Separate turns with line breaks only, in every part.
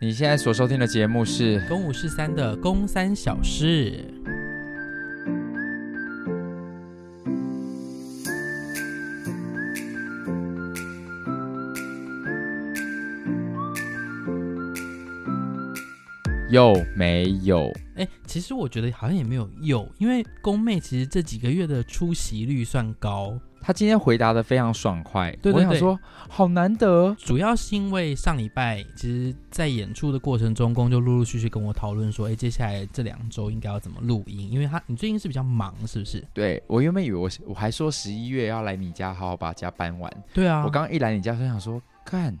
你现在所收听的节目是
公五是三的公三小事。
又没有
哎，其实我觉得好像也没有有，因为宫妹其实这几个月的出席率算高，
他今天回答的非常爽快，
对对
我想
对
说好难得，
主要是因为上礼拜其实，在演出的过程中，宫就陆陆续续跟我讨论说，哎，接下来这两周应该要怎么录音，因为他你最近是比较忙，是不是？
对我原本以为我我还说十一月要来你家好好把家搬完，
对啊，
我刚一来你家就想说，看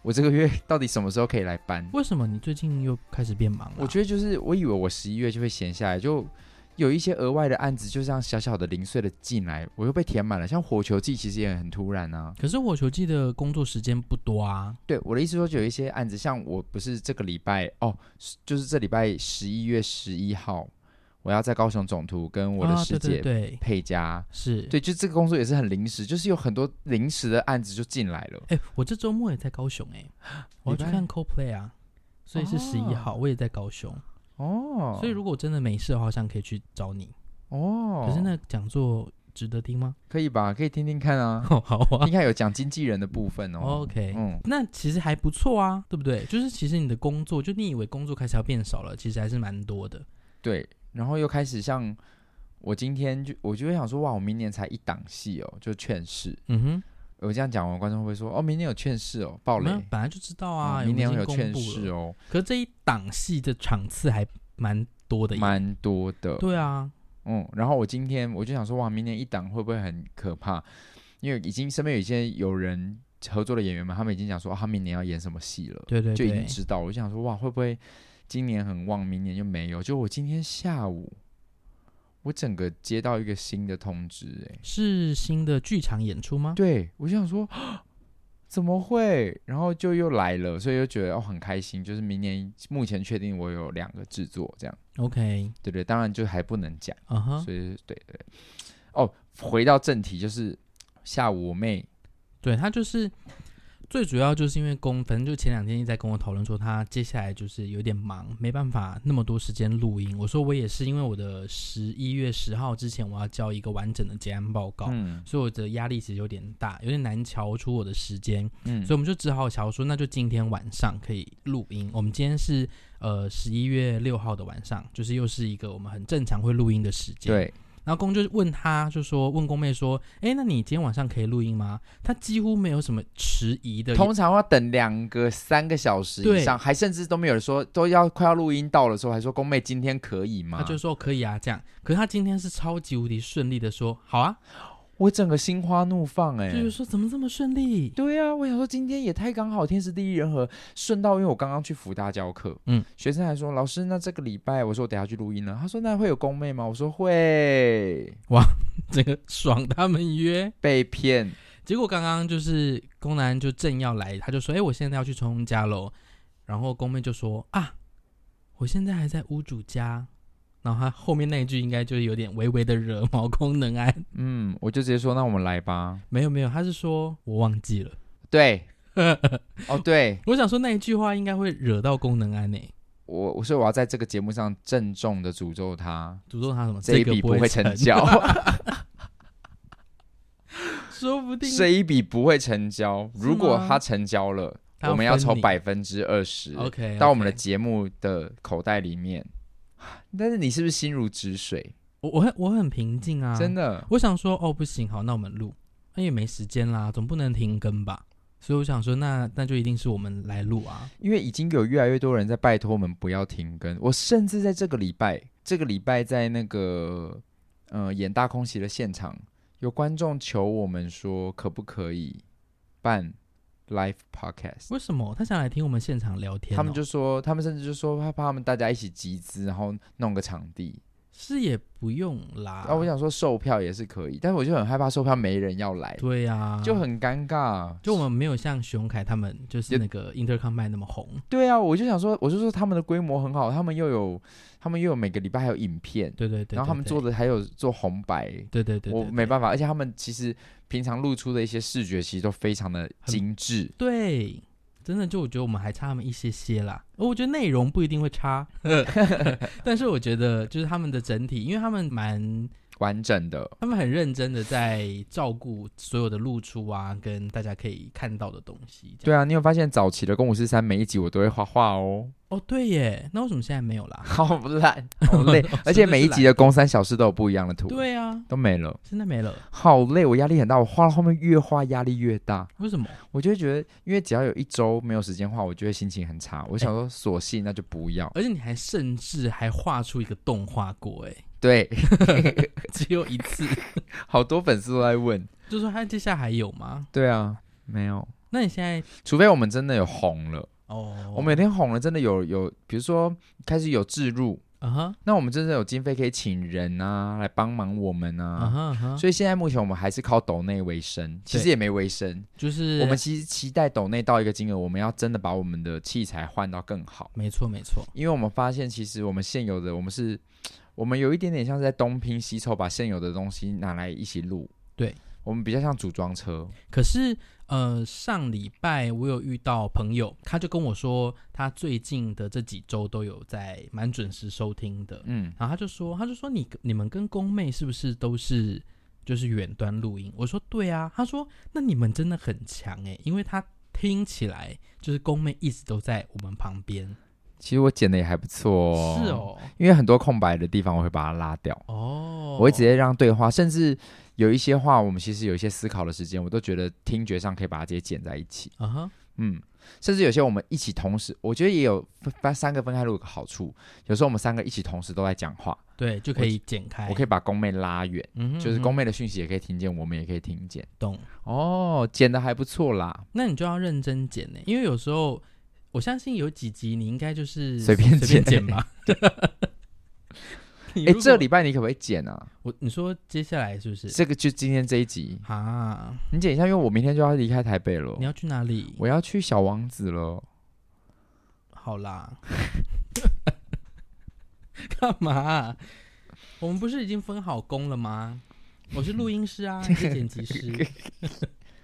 我这个月到底什么时候可以来搬？
为什么你最近又开始变忙了、啊
我觉得就是我以为我十一月就会闲下来，就有一些额外的案子就这样小小的零碎的进来，我又被填满了。像火球季其实也很突然啊。
可是火球季的工作时间不多啊，
对我的意思说，就有一些案子，像我不是这个礼拜哦，是就是这礼拜十一月十一号，我要在高雄总图跟我的
啊
师
对对
姐
对，
佩佳。
是，
对，就这个工作也是很临时，就是有很多临时的案子就进来了。
哎、我这周末也在高雄哎、我要去
礼拜
看 CoPlay 啊，所以是十一
哦
号，我也在高雄。
哦，
所以如果真的没事的话，好像可以去找你。
哦，
可是那讲座值得听吗？
可以吧？可以听听看啊，
哦，好啊
应该有讲经纪人的部分哦。
，OK，、
嗯，
那其实还不错啊，对不对？就是其实你的工作，就你以为工作开始要变少了，其实还是蛮多的。
对，然后又开始像我今天就我就会想说，哇，我明年才一档戏哦，就劝世。
嗯
我这样讲完，观众会不会说，哦，明年有劝世哦，暴
哼，
雷
那。本来就知道啊，
嗯明年
我们
有
已经
劝
公布
世
了。
哦，
可这一档戏的场次还蛮多的耶，
蛮多的。
对啊，
嗯，然后我今天我就想说，哇，明年一档会不会很可怕？因为已经身边有一些有人合作的演员们，他们已经讲说，啊，他明年要演什么戏了，
对对
就已
对
经，知道了。我就想说，哇，会不会今年很旺，明年就没有？就我今天下午，我整个接到一个新的通知、欸，
是新的剧场演出吗？
对，我就想说， 怎么会？然后就又来了，所以就觉得哦很开心。就是明年目前确定我有两个制作，这样
OK，
对对，当然就还不能讲，
嗯哼，
所以对对。哦，回到正题，就是下午我妹
对他就是最主要就是因为公，反正就前两天一直在跟我讨论说他接下来就是有点忙，没办法那么多时间录音。我说我也是因为我的十一月十号之前我要交一个完整的结案报告，
嗯
所以我的压力其实有点大，有点难瞧出我的时间，
嗯
所以我们就只好瞧说那就今天晚上可以录音。我们今天是呃十一月六号的晚上，就是又是一个我们很正常会录音的时间。
对，
然后公就问他，就说问公妹说，哎，那你今天晚上可以录音吗？他几乎没有什么迟疑的，
通常要等两个三个小时以
对
上，还甚至都没有人说，都要快要录音到的时候，还说宫妹今天可以吗？
他就说可以啊，这样。可是他今天是超级无敌顺利的说，好啊，
我整个心花怒放哎、
就是说怎么这么顺利？
对啊，我想说今天也太刚好，天时地利人和，顺道因为我刚刚去福大教课，嗯
嗯，
学生还说老师，那这个礼拜我说我等下去录音了，他说那会有公妹吗？我说会，
整个爽他们约。
被骗，
结果刚刚就是公男就正要来，他就说，哎，我现在要去冲家喽。然后公妹就说啊，我现在还在屋主家。然后他后面那一句应该就是有点微微的惹毛功能安，
嗯，我就直接说那我们来吧，
没有没有，他是说我忘记了。
对，哦对，
我想说那一句话应该会惹到功能安呢、
我我所以我要在这个节目上郑重的诅咒他，
诅咒他什么？
这一
个
笔
不
不会成
成，
交，
说不定
这一笔不会成交，
是吗
如果他成交了，
他
我们要
分
抽
你
百分之二十
OK，
到我们的节目的口袋里面。 但是你是不是心如止水？
我我很我很平静啊，
真
的。
的，
我想说哦，不行，好，那我们录，那也没时间啦，总不能停更吧。所以我想说，那那就一定是我们来录啊。
因为已经有越来越多人在拜托我们不要停更。我甚至在这个礼拜，这个礼拜在那个呃演大空袭的现场，有观众求我们说，可不可以办 live podcast？
为什么他想来听我们现场聊天哦、
他们就说，他们甚至就说，他怕他们大家一起集资，然后弄个场地。
是也不用啦。
啊，我想说售票也是可以，但是我就很害怕售票没人要来，
对啊，
就很尴尬。
就我们没有像熊凯他们就是
有
那个 Intercom 麦那么红。
对啊，我就想说，我就说他们的规模很好，他们又有，他们又有每个礼拜还有影片，
对对对
然后他们做
的，
的还有做红白，
对对对对
我
对
没办法，而且他们其实平常露出的一些视觉其实都非常的精致，
对，真的就我觉得我们还差他们一些些啦。哦我觉得内容不一定会差， 但是我觉得就是他们的整体，因为他们蛮
完整的，
他们很认真的在照顾所有的露出啊，跟大家可以看到的东西。这
对
样
啊，你有发现早期的《公五四三》每一集我都会画画 哦，
哦，对耶，那为什么现在没有啦？
好烂，好 累，而且每一集的《公三小事》都有不一样的图，
对啊，
都没了，
现在没了，
好累，我压力很大，我画到后面越画压力越大，
为什么？
我就会觉得，因为只要有一周没有时间画，我就会心情很差，我想
哎
说，索性那就不要，
而且你还甚至还画出一个动画过，哎，
对，
只有一次，
好多粉丝都在问，
就说他接下来还有吗？
对啊，没有，
那你现在
除非我们真的有红了，
哦，
我们有天红了，真的有有，比如说开始有置入，
啊哈
那我们真的有经费可以请人啊来帮忙我们
啊
啊。
哈啊哈，
所以现在目前我们还是靠抖内为生，其实也没为生。
就是
我们其实期待抖内到一个金额，我们要真的把我们的器材换到更好，
没错没错，
因为我们发现其实我们现有的我们是，我们有一点点像是在东拼西凑，把现有的东西拿来一起录。
对，
我们比较像组装车，
可是，呃，上礼拜我有遇到朋友，他就跟我说，他最近的这几周都有在蛮准时收听的。
嗯，
然后他就说，他就说你你们跟宫妹是不是都是就是远端录音？我说对啊。他说那你们真的很强诶、因为他听起来就是宫妹一直都在我们旁边。
其实我剪的也还不错哦。
是，哦，
因为很多空白的地方我会把它拉掉。
哦，
我会直接让对话，甚至有一些话，我们其实有一些思考的时间，我都觉得听觉上可以把它直接剪在一起。
啊哈，
嗯，甚至有些我们一起同时，我觉得也有分三个分开录有个好处，有时候我们三个一起同时都在讲话，
对，就可以剪开。
我可以把宫妹拉远，
哎嗯哼，
就是宫
嗯
妹的讯息也可以听见，我们也可以听见。
哼懂。
哦，剪的还不错啦，
那你就要认真剪欸呢，因为有时候我相信有几集你应该就是
随便
随便
剪
剪吧。哎
哎、这礼拜你可不可以剪啊？
我你说接下来是不是
这个就今天这一集，
啊？
你剪一下，因为我明天就要离开台北了
你，要去哪里？
我要去小王子了。
好啦， 干嘛啊、我们不是已经分好工了吗？我是录音师 啊，你是剪辑师。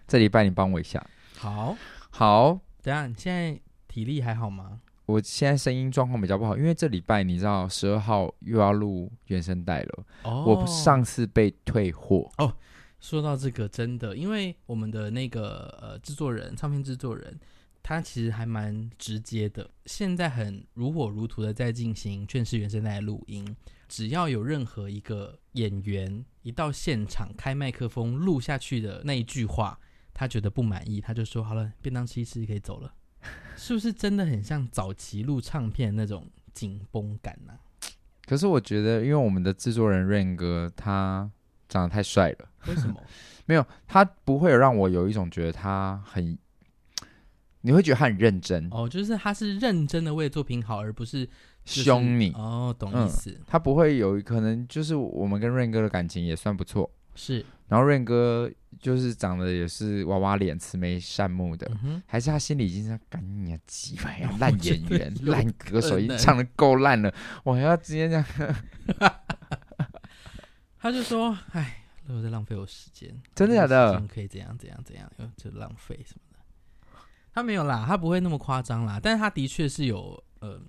这礼拜你帮我一下，
好，
好。
等一下你现在体力还好吗？
我现在声音状况比较不好，因为这礼拜你知道十二号又要录原声带了。
哦，
我上次被退货，
说到这个，真的，因为我们的那个呃制作人，唱片制作人，他其实还蛮直接的。现在很如火如荼的在进行劝世原声带的录音，只要有任何一个演员一到现场开麦克风录下去的那一句话，他觉得不满意，他就说好了，便当吃一吃可以走了。 是不是真的很像早期录唱片那种紧绷感啊呢、
可是我觉得，因为我们的制作人 Rain 哥他长得太帅了，
为什么？
没有他不会让我有一种觉得他很，你会觉得他很认真、
哦，就是他是认真的为作品好，而不是就是
凶你，
哦，懂
嗯
意思、
他不会有可能就是我们跟 Rain 哥的感情也算不错，
是，
然后 Rain 哥就是长得也是娃娃脸、慈眉善目的，
嗯哼，
还是他心里已经在干你啊鸡巴呀，烂演员
哎我觉、得有
烂歌手，
可
已经
能
唱的够烂了，我还要直接这样。
他就说，哎，又在浪费我时间，
真的假的
我时间可以怎样怎样怎样，又就浪费什么的。他没有啦，他不会那么夸张啦，但是他的确是有，呃，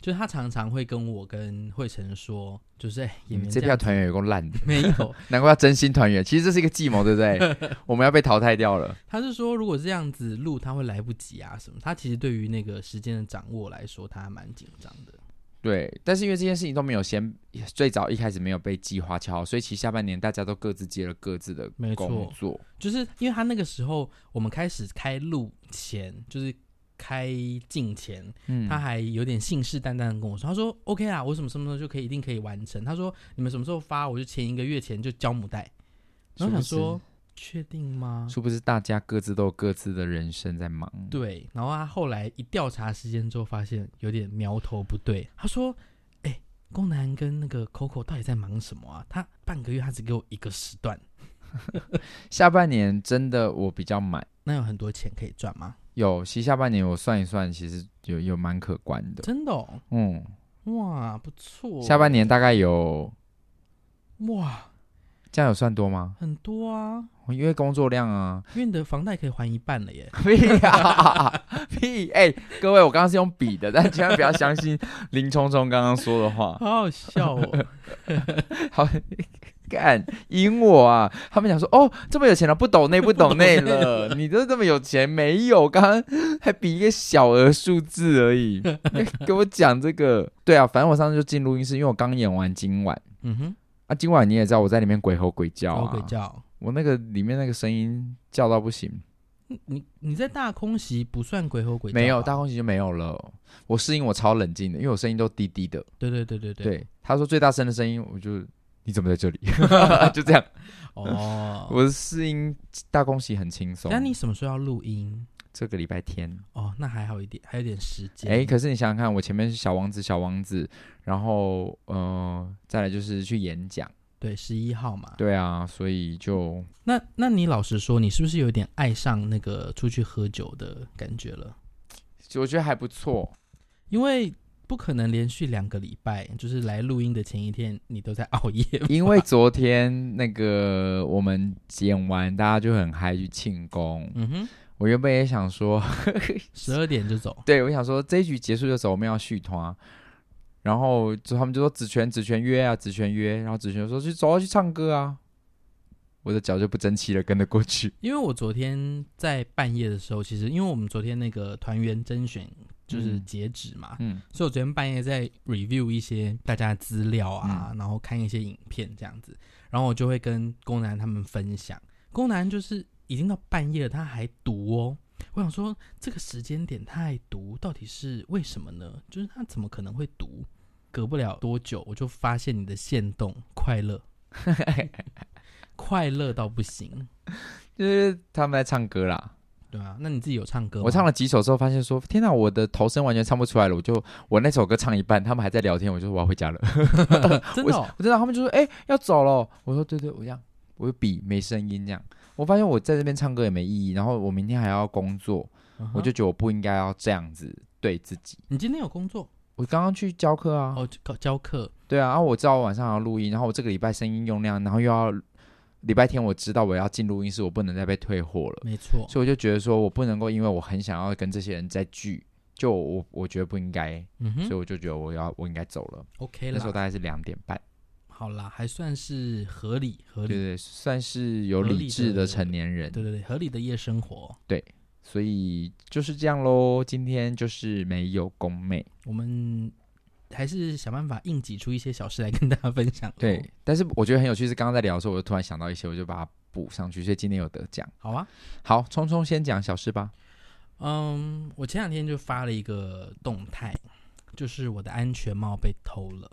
就是他常常会跟我跟慧晨说，就是哎，
你
演
们
员
嗯这
这
票
样
团员有够烂的，
没有，
难怪要真心 团员。其实这是一个计谋，对不对？我们要被淘汰掉了。
他是说如果这样子录，他会来不及啊什么。他其实对于那个时间的掌握来说，他还蛮紧张的。
对，但是因为这件事情都没有先最早一开始没有被计划敲好，所以其实下半年大家都各自接了各自的
没错
工作。
就是因为他那个时候我们开始开录前，就是开镜前，
嗯
他还有点信誓旦旦的跟我说，他说 OK 啦，我什么什么时候就可以一定可以完成。他说你们什么时候发，我就前一个月前就交母带。然后想说，确定吗？
殊不知大家各自都有各自的人生在忙。
啊对，然后他后来一调查时间之后，发现有点苗头不对。他说：“哎、宫南跟那个 Coco 到底在忙什么啊？他半个月他只给我一个时段，
下半年真的我比较满，
那有很多钱可以赚吗？
有其实下半年我算一算，其实有有蛮可观的。
真的、哦，
嗯，
哇，不错。
下半年大概有
哇，
这样有算多吗？
很多啊，
因为工作量啊，
因为你的房贷可以还一半了耶。
屁啊屁！哎、各位，我刚刚是用比的，但千万不要相信林冲冲刚刚说的话。
好好笑哦！
好，干赢我啊！他们讲说，哦，这么有钱了，不懂内不懂内 了，你都这么有钱没有？刚刚还比一个小额数字而 已，给我讲这个。对啊，反正我上次就进录音室，因为我刚演完今晚
嗯哼，
啊，今晚你也知道我在里面鬼吼鬼叫
好
啊，
哦鬼叫。
我那个里面那个声音叫到不行，
你你在大空袭不算鬼吼鬼叫啊吧，
没有大空袭就没有了。我适应我超冷静的，因为我声音都低低的。
对对对对
对，
对，
他说最大声的声音，我就你怎么在这里？ 就这样，
哦。
我的适应大空袭很轻松。
那你什么时候要录音？
这个礼拜天，
哦，那还好一点，还有点时间。
哎，可是你想想看，我前面是小王子，小王子，然后呃，再来就是去演讲，
对，十一号嘛。
对啊，所以就
那那你老实说，你是不是有点爱上那个出去喝酒的感觉了？
就我觉得还不 错。
因为不可能连续两个礼拜，就是来录音的前一天，你都在熬夜吧。
因为昨天那个我们演完，大家就很嗨去庆功。
嗯哼，
我原本也想说，
十二点就走。
对我想说这一局结束的时候我们要续团，然后就他们就说子权子权约啊，子权约，然后子权说去走啊去唱歌啊，我的脚就不争气了，跟着过去。
因为我昨天在半夜的时候，其实因为我们昨天那个团员甄选就是
嗯
截止嘛，
嗯，
所以我昨天半夜在 review 一些大家的资料啊，
嗯
然后看一些影片这样子，然后我就会跟宫南他们分享。宫南就是已经到半夜了，他还读哦。我想说，这个时间点他还读，到底是为什么呢？就是他怎么可能会读？隔不了多久，我就发现你的线动快乐， 快乐到不行，
就是他们在唱歌啦。
对啊，那你自己有唱歌吗？
我唱了几首之后，发现说天哪，我的头声完全唱不出来了。我就我那首歌唱一半，他们还在聊天，我就说我要回家了。
真的、哦，
我知道他们就说哎、要走了，我说对对，我这样我就比没声音这样。我发现我在这边唱歌也没意义，然后我明天还要工作，
嗯哼
我就觉得我不应该要这样子对自己。
你今天有工作
我刚刚去教课啊，
哦，教教课，
对啊，然后我知道我晚上还要录音，然后我这个礼拜声音用量，然后又要礼拜天我知道我要进录音室，我不能再被退货了。
没错，
所以我就觉得说，我不能够因为我很想要跟这些人再聚，就我我觉得不应该，
嗯
所以
哼
我就觉得我要我应该走了。
，OK
那时候
了。
大概是两点半，
好啦，还算是合理合
对
理，
对对，算是有
合理
理智
的
的成年人，
对对对，合理的夜生活。
所以就是这样喽。今天就是没有宫妹，
我们还是想办法硬挤出一些小事来跟大家分享。
对，，但是我觉得很有趣是，刚刚在聊的时候，我就突然想到一些，我就把它补上去，所以今天有得奖。
好啊。
好，聪聪先讲小事吧。
嗯，我前两天就发了一个动态，就是我的安全帽被偷了。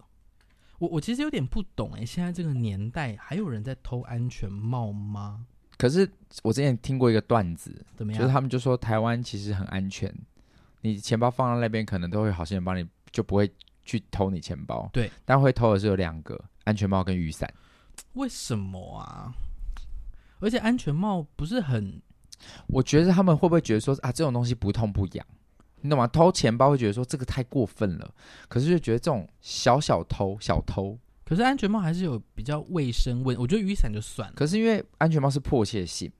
我我其实有点不懂哎，现在这个年代还有人在偷安全帽吗？
可是我之前听过一个段子，
怎么
就是
样？
他们就说台湾其实很安全，你钱包放在那边，可能都会有好心人帮你，就不会去偷你钱包。
对，
但会偷的是有两个，安全帽跟雨伞。
为什么啊？而且安全帽不是很
我觉得他们会不会觉得说啊，这种东西不痛不痒，你懂吗？偷钱包会觉得说这个太过分了，可是就觉得这种小小偷、小偷，
可是安全帽还是有比较卫生问，我觉得雨伞就算了。
可是因为安全帽是迫切性，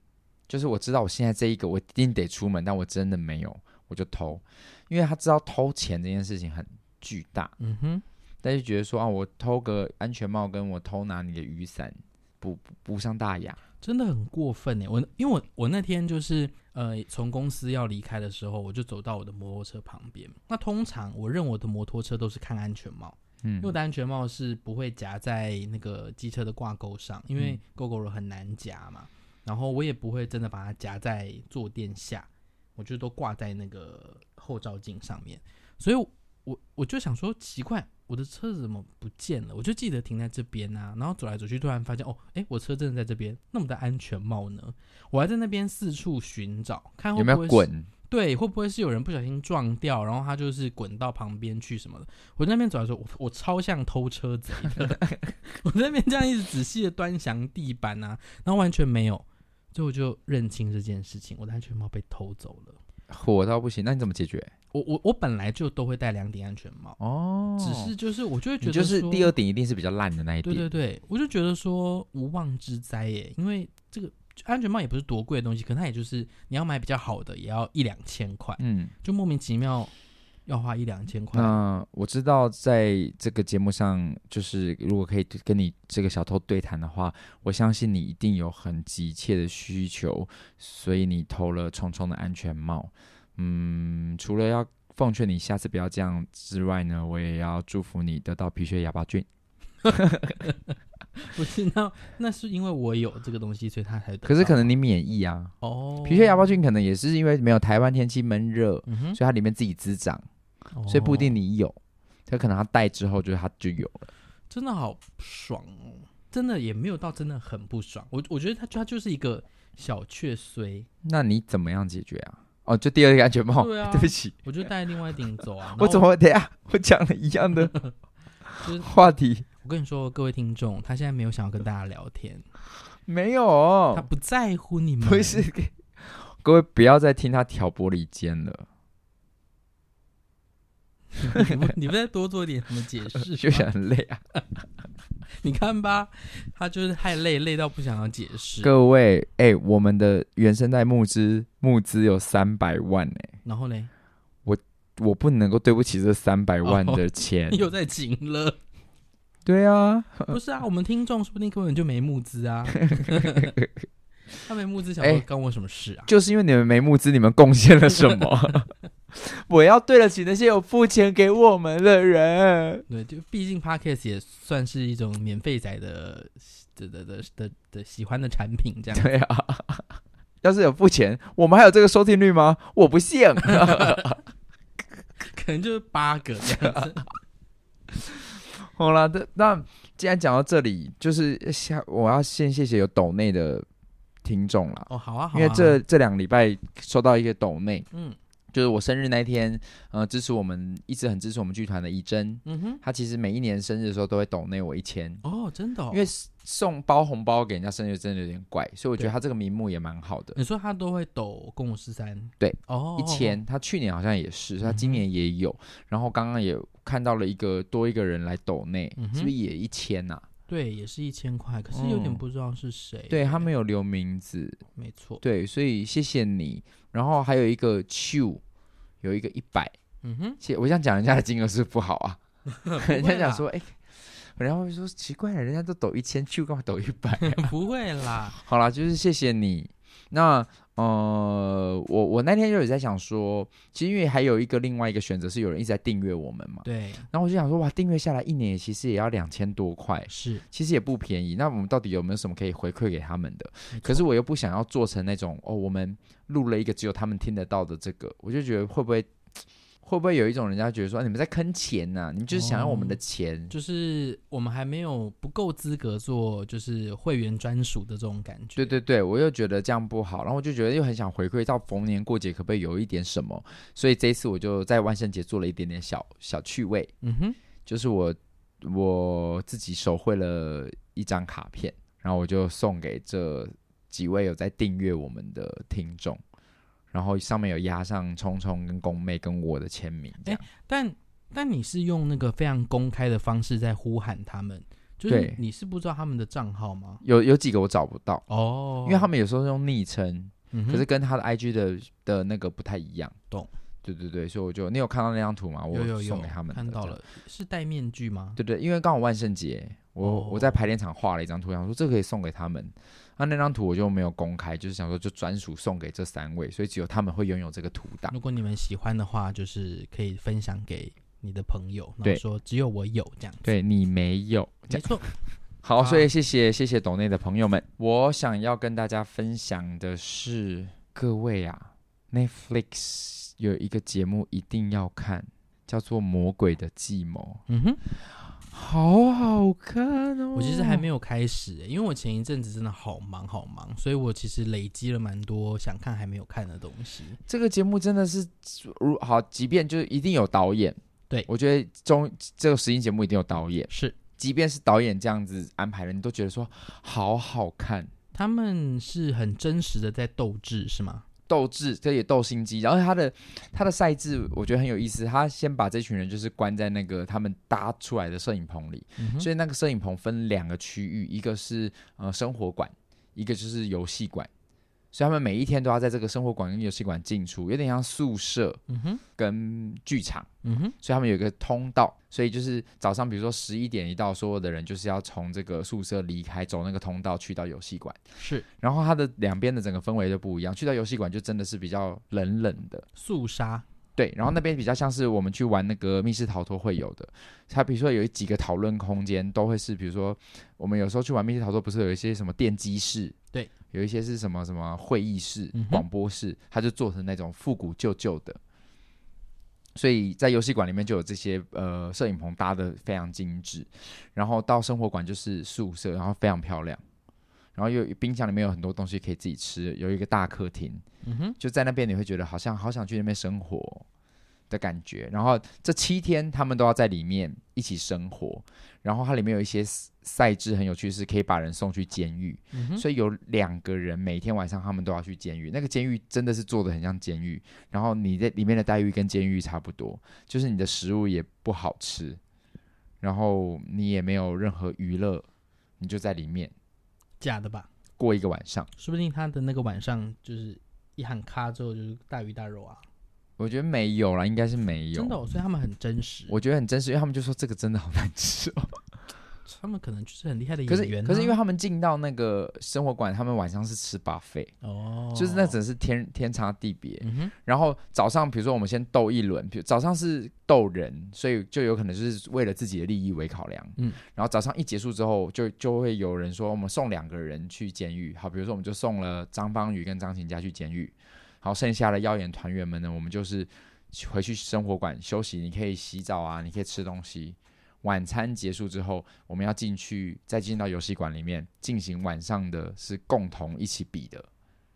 就是我知道我现在这一个我一定得出门，但我真的没有，我就偷，因为他知道偷钱这件事情很巨大，
嗯哼，
但是觉得说啊，我偷个安全帽，跟我偷拿你的雨伞，不不不上大雅。
真的很过分欸呢。我因为我我那天就是呃从公司要离开的时候，我就走到我的摩托车旁边。那通常我认我的摩托车都是看安全帽，
嗯
因为我的安全帽是不会夹在那个机车的挂钩上，因为
嗯
GoGo 很难夹嘛。然后我也不会真的把它夹在坐垫下，我就都挂在那个后照镜上面。所以我，我我就想说，奇怪，我的车子怎么不见了？我就记得停在这边啊，然后走来走去，突然发现，哦，诶，我车真的在这边。那我的安全帽呢？我还在那边四处寻找，看会
有
不
没有
会是
滚？
对，会不会是有人不小心撞掉，然后他就是滚到旁边去什么的？我在那边走来说，我我超像偷车贼 的， 我在那边这样一直仔细的端详地板啊，然后完全没有，最后就认清这件事情，我的安全帽被偷走了。
火到不行，那你怎么解决？
我我我本来就都会戴两顶安全帽，
哦，
只是就是我就会觉
你
得
就是
说
第二顶一定是比较烂的那一
对
顶。
对对，我就觉得说无妄之灾耶，因为这个安全帽也不是多贵的东西，可它也就是你要买比较好的，也要一两千块，
嗯，
就莫名其妙要花一两千块。
那我知道在这个节目上，就是如果可以跟你这个小偷对谈的话，我相信你一定有很急切的需求，所以你偷了虫虫的安全帽。嗯，除了要奉劝你下次不要这样之外呢，我也要祝福你得到皮屑哑巴菌。
不是，那那是因为我有这个东西，所以他才得到。
可是可能你免疫啊，
哦，
皮屑哑巴菌可能也是因为没有台湾天气闷热，
嗯哼，
所以它里面自己滋长，所以不一定
哦
你有。它可能它戴之后，就是它就有了。
真的好爽哦，真的也没有到真的很不爽。我我觉得他他就是一个小雀虽，
那你怎么样解决啊？哦，就第二个安全帽。
对啊
不起，
我就戴另外一顶 走啊。然后
我怎么等一下我讲了一样的
就是
话题？
我跟你说，各位听众，他现在没有想要跟大家聊天，
没
他
有，
不在乎你们。
哦 不是。给各位不要再听他挑拨离间了，
你不，你不再多做点什么解 释
就
吗？
很累啊。
你看吧，他就是太累，累到不想要解释。
各位，哎、我们的原声带募资募资有三百万哎、
然后呢，
我不能够对不起这三百万的钱。
哦 又在请了。
对啊，
不是啊，我们听众说不定根本就没募资 啊。他没募资，想
哎
说关我什么事啊？
就是因为你们没募资，你们贡献了什么？ 我要对得起那些有付钱给我们的人。
对，就毕竟 podcast 也算是一种免费仔的的的的的的喜欢的产品，这样。
对啊，要是有付钱，我们还有这个收听率吗？我不信。
可能就是八个这样 子。
好啦，那那既然讲到这里，就是下我要先谢谢有抖内的听众啦，
哦，好啊，好啊。
因为这这两个礼拜收到一个抖内，
嗯
就是我生日那一天，呃，支持我们一直很支持我们剧团的怡珍，
嗯哼，
她其实每一年生日的时候都会抖内我一千。
哦，真的、哦，
因为送包红包给人家生日真的有点怪，所以我觉得他这个名目也蛮好的。
你说他都会抖共十三，
对，
哦，
一千，他去年好像也是，他今
嗯哼
年也有，然后刚刚也看到了一个多一个人来抖内，
嗯哼
是不是也一千呐、啊？
对，也是一千块，可是有点
嗯
不知道是谁。
对他没有留名字，
没错，
对，所以谢谢你。然后还有一个 Q，有一个一百，
嗯哼，
谢我想讲人家的金额是不好啊，人家
不会
讲
啦
说哎。然后会说奇怪，人家都抖一千，Q 干嘛抖一百、啊
不会啦，
好啦，就是谢谢你。那呃，我我那天就有在想说，其实因为还有一个另外一个选择是有人一直在订阅我们嘛，
对，
然后我就想说，哇，订阅下来一年也其实也要两千多块，
是，
其实也不便宜。那我们到底有没有什么可以回馈给他们的？
没
可
错
是我又不想要做成那种哦，我们录了一个只有他们听得到的这个，我就觉得会不会会不会有一种人家觉得说、啊你们在坑钱呐、你们就是想要我们的
哦
钱。
就是我们还没有不够资格做，就是会员专属的这种感觉。
对对对，我又觉得这样不好，然后我就觉得又很想回馈到逢年过节，可不可以有一点什么？所以这一次我就在万圣节做了一点点小小趣味，
嗯哼，
就是我我自己手绘了一张卡片，然后我就送给这几位有在订阅我们的听众，然后上面有压上聪聪跟宫妹跟我的签名，
哎
这样
但但你是用那个非常公开的方式在呼喊他们，就是
对
你是不知道他们的账号吗？
有有几个我找不到，
哦，
因为他们有时候是用昵称，
嗯哼
可是跟他的 IG 的的那个不太一样。
懂？
对对对，所以我就你有看到那张图吗？我
有有有
送给他们的
看到。
这样
了，是戴面具吗？
对对，因为刚好万圣节，我、
哦
我在排练场画了一张图，想说这可以送给他们。那那张图我就没有公开，就是想说就专属送给这三位，所以只有他们会拥有这个图档。
如果你们喜欢的话，就是可以分享给你的朋友，然
对
后说只有我有这样子。，
对你没有，这
没
样
错，
好，所以
好
谢谢谢谢懂内的朋友们。我想要跟大家分享的是，各位啊，Netflix 有一个节目一定要看，叫做《魔鬼的计谋》。
嗯哼，
好好看哦！
我其实还没有开始、欸因为我前一阵子真的好忙好忙，所以我其实累积了蛮多想看还没有看的东西。
这个节目真的是，如好，即便就是一定有导演，
对
我觉得中这个实境节目一定有导演，
是
即便是导演这样子安排了，你都觉得说好好看，
他们是很真实的在斗智，是吗？
斗智，这也斗心机，然后他的他的赛制我觉得很有意思，他先把这群人就是关在那个他们搭出来的摄影棚里，
嗯哼，
所以那个摄影棚分两个区域，一个是呃生活馆，一个就是游戏馆，所以他们每一天都要在这个生活馆跟游戏馆进出，有点像宿舍
嗯哼，
跟剧场，
嗯哼，
所以他们有一个通道，所以就是早上比如说十一点一到，所有的人就是要从这个宿舍离开，走那个通道去到游戏馆，
是
然后它的两边的整个氛围就不一样，去到游戏馆就真的是比较冷冷的，
肃杀，
对，然后那边比较像是我们去玩那个密室逃脱会有的，它比如说有几个讨论空间都会是，比如说我们有时候去玩密室逃脱，不是有一些什么电机室，
对，
有一些是什么什么会议室
嗯哼、
广播室，它就做成那种复古旧旧的，所以在游戏馆里面就有这些呃摄影棚搭的非常精致，然后到生活馆就是宿舍，然后非常漂亮，然后又冰箱里面有很多东西可以自己吃，有一个大客厅，
嗯哼，
就在那边你会觉得好像好想去那边生活的感觉。然后这七天他们都要在里面一起生活，然后它里面有一些赛赛制很有趣，是可以把人送去监狱，
嗯哼，
所以有两个人每天晚上他们都要去监狱。那个监狱真的是做的很像监狱，然后你在里面的待遇跟监狱差不多，就是你的食物也不好吃，然后你也没有任何娱乐，你就在里面
假的吧？
过一个晚上。
说不定他的那个晚上就是一喊咔之后就是大鱼大肉啊，
我觉得没有啦，应该是没有。
真的哦、所以他们很真实。
我觉得很真实，因为他们就说这个真的好难吃 哦。
他们可能就是很厉害的
可是
演员啊、
可是因为他们进到那个生活馆，他们晚上是吃 buffet，、
哦，
就是那只是天天差地别。
嗯哼，
然后早上比如说我们先斗一轮，比如早上是斗人，所以就有可能就是为了自己的利益为考量。
嗯
嗯，然后早上一结束之后，就就会有人说我们送两个人去监狱，好，比如说我们就送了张邦宇跟张琴佳去监狱，好，剩下的耀眼团员们呢，我们就是回去生活馆休息，你可以洗澡啊，你可以吃东西。晚餐结束之后，我们要进去，再进到游戏馆里面进行晚上的是共同一起比的，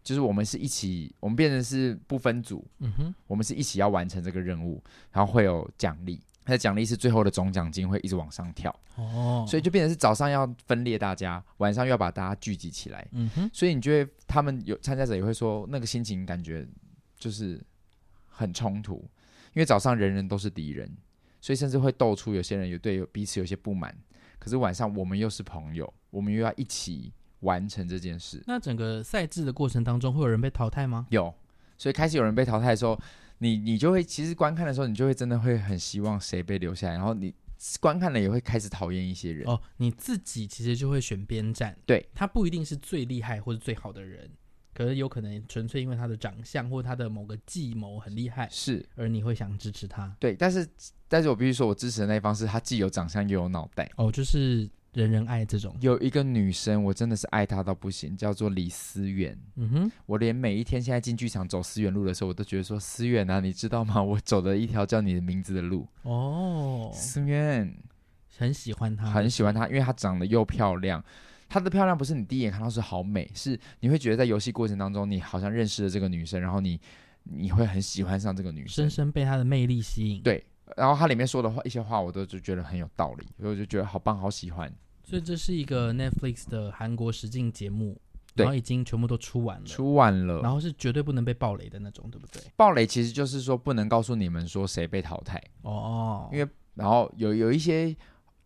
就是我们是一起，我们变成是不分组，
嗯哼，
我们是一起要完成这个任务，然后会有奖励。它的奖励是最后的总奖金会一直往上跳，
哦，
所以
以
就变成是早上要分裂大家，晚上又要把大家聚集起来。
嗯哼，
所以你就会，他们有参加者也会说，那个心情感觉就是很冲突，因为早上人人都是敌人，所以甚至会斗出有些人有对有彼此有些不满。可是晚上我们又是朋友，我们又要一起完成这件事。
那整个赛制的过程当中，会有人被淘汰吗？
有，所以开始有人被淘汰的时候，你你就会其实观看的时候，你就会真的会很希望谁被留下来，然后你观看了也会开始讨厌一些人。
哦，你自己其实就会选边站，
对，
他不一定是最厉害或者最好的人，可是有可能纯粹因为他的长相或他的某个计谋很厉害，
是
而你会想支持他。
对，但是但是我必须说，我支持的那一方是他既有长相又有脑袋。
哦，就是人人爱这种。
有一个女生，我真的是爱她到不行，叫做李思远。
嗯哼，
我连每一天现在进剧场走思远路的时候，我都觉得说思远啊，你知道吗？我走的一条叫你的名字的路。
哦，
思远
很喜欢他，
很喜欢她，因为她长得又漂亮。她的漂亮不是你第一眼看到是好美，是你会觉得在游戏过程当中，你好像认识了这个女生，然后你你会很喜欢上这个女
深
生。
深被他的魅力吸引。，
对，然后她里面说的话一些话，我都就觉得很有道理，所以我就觉得好棒，好喜欢。
所以这是一个 Netflix 的韩国实境节目，
对
然后已经全部都出完了，
出完了，
然后是绝对不能被暴雷的那种，对不对？
暴雷其实就是说不能告诉你们说谁被淘汰，
哦，
因为然后有有一些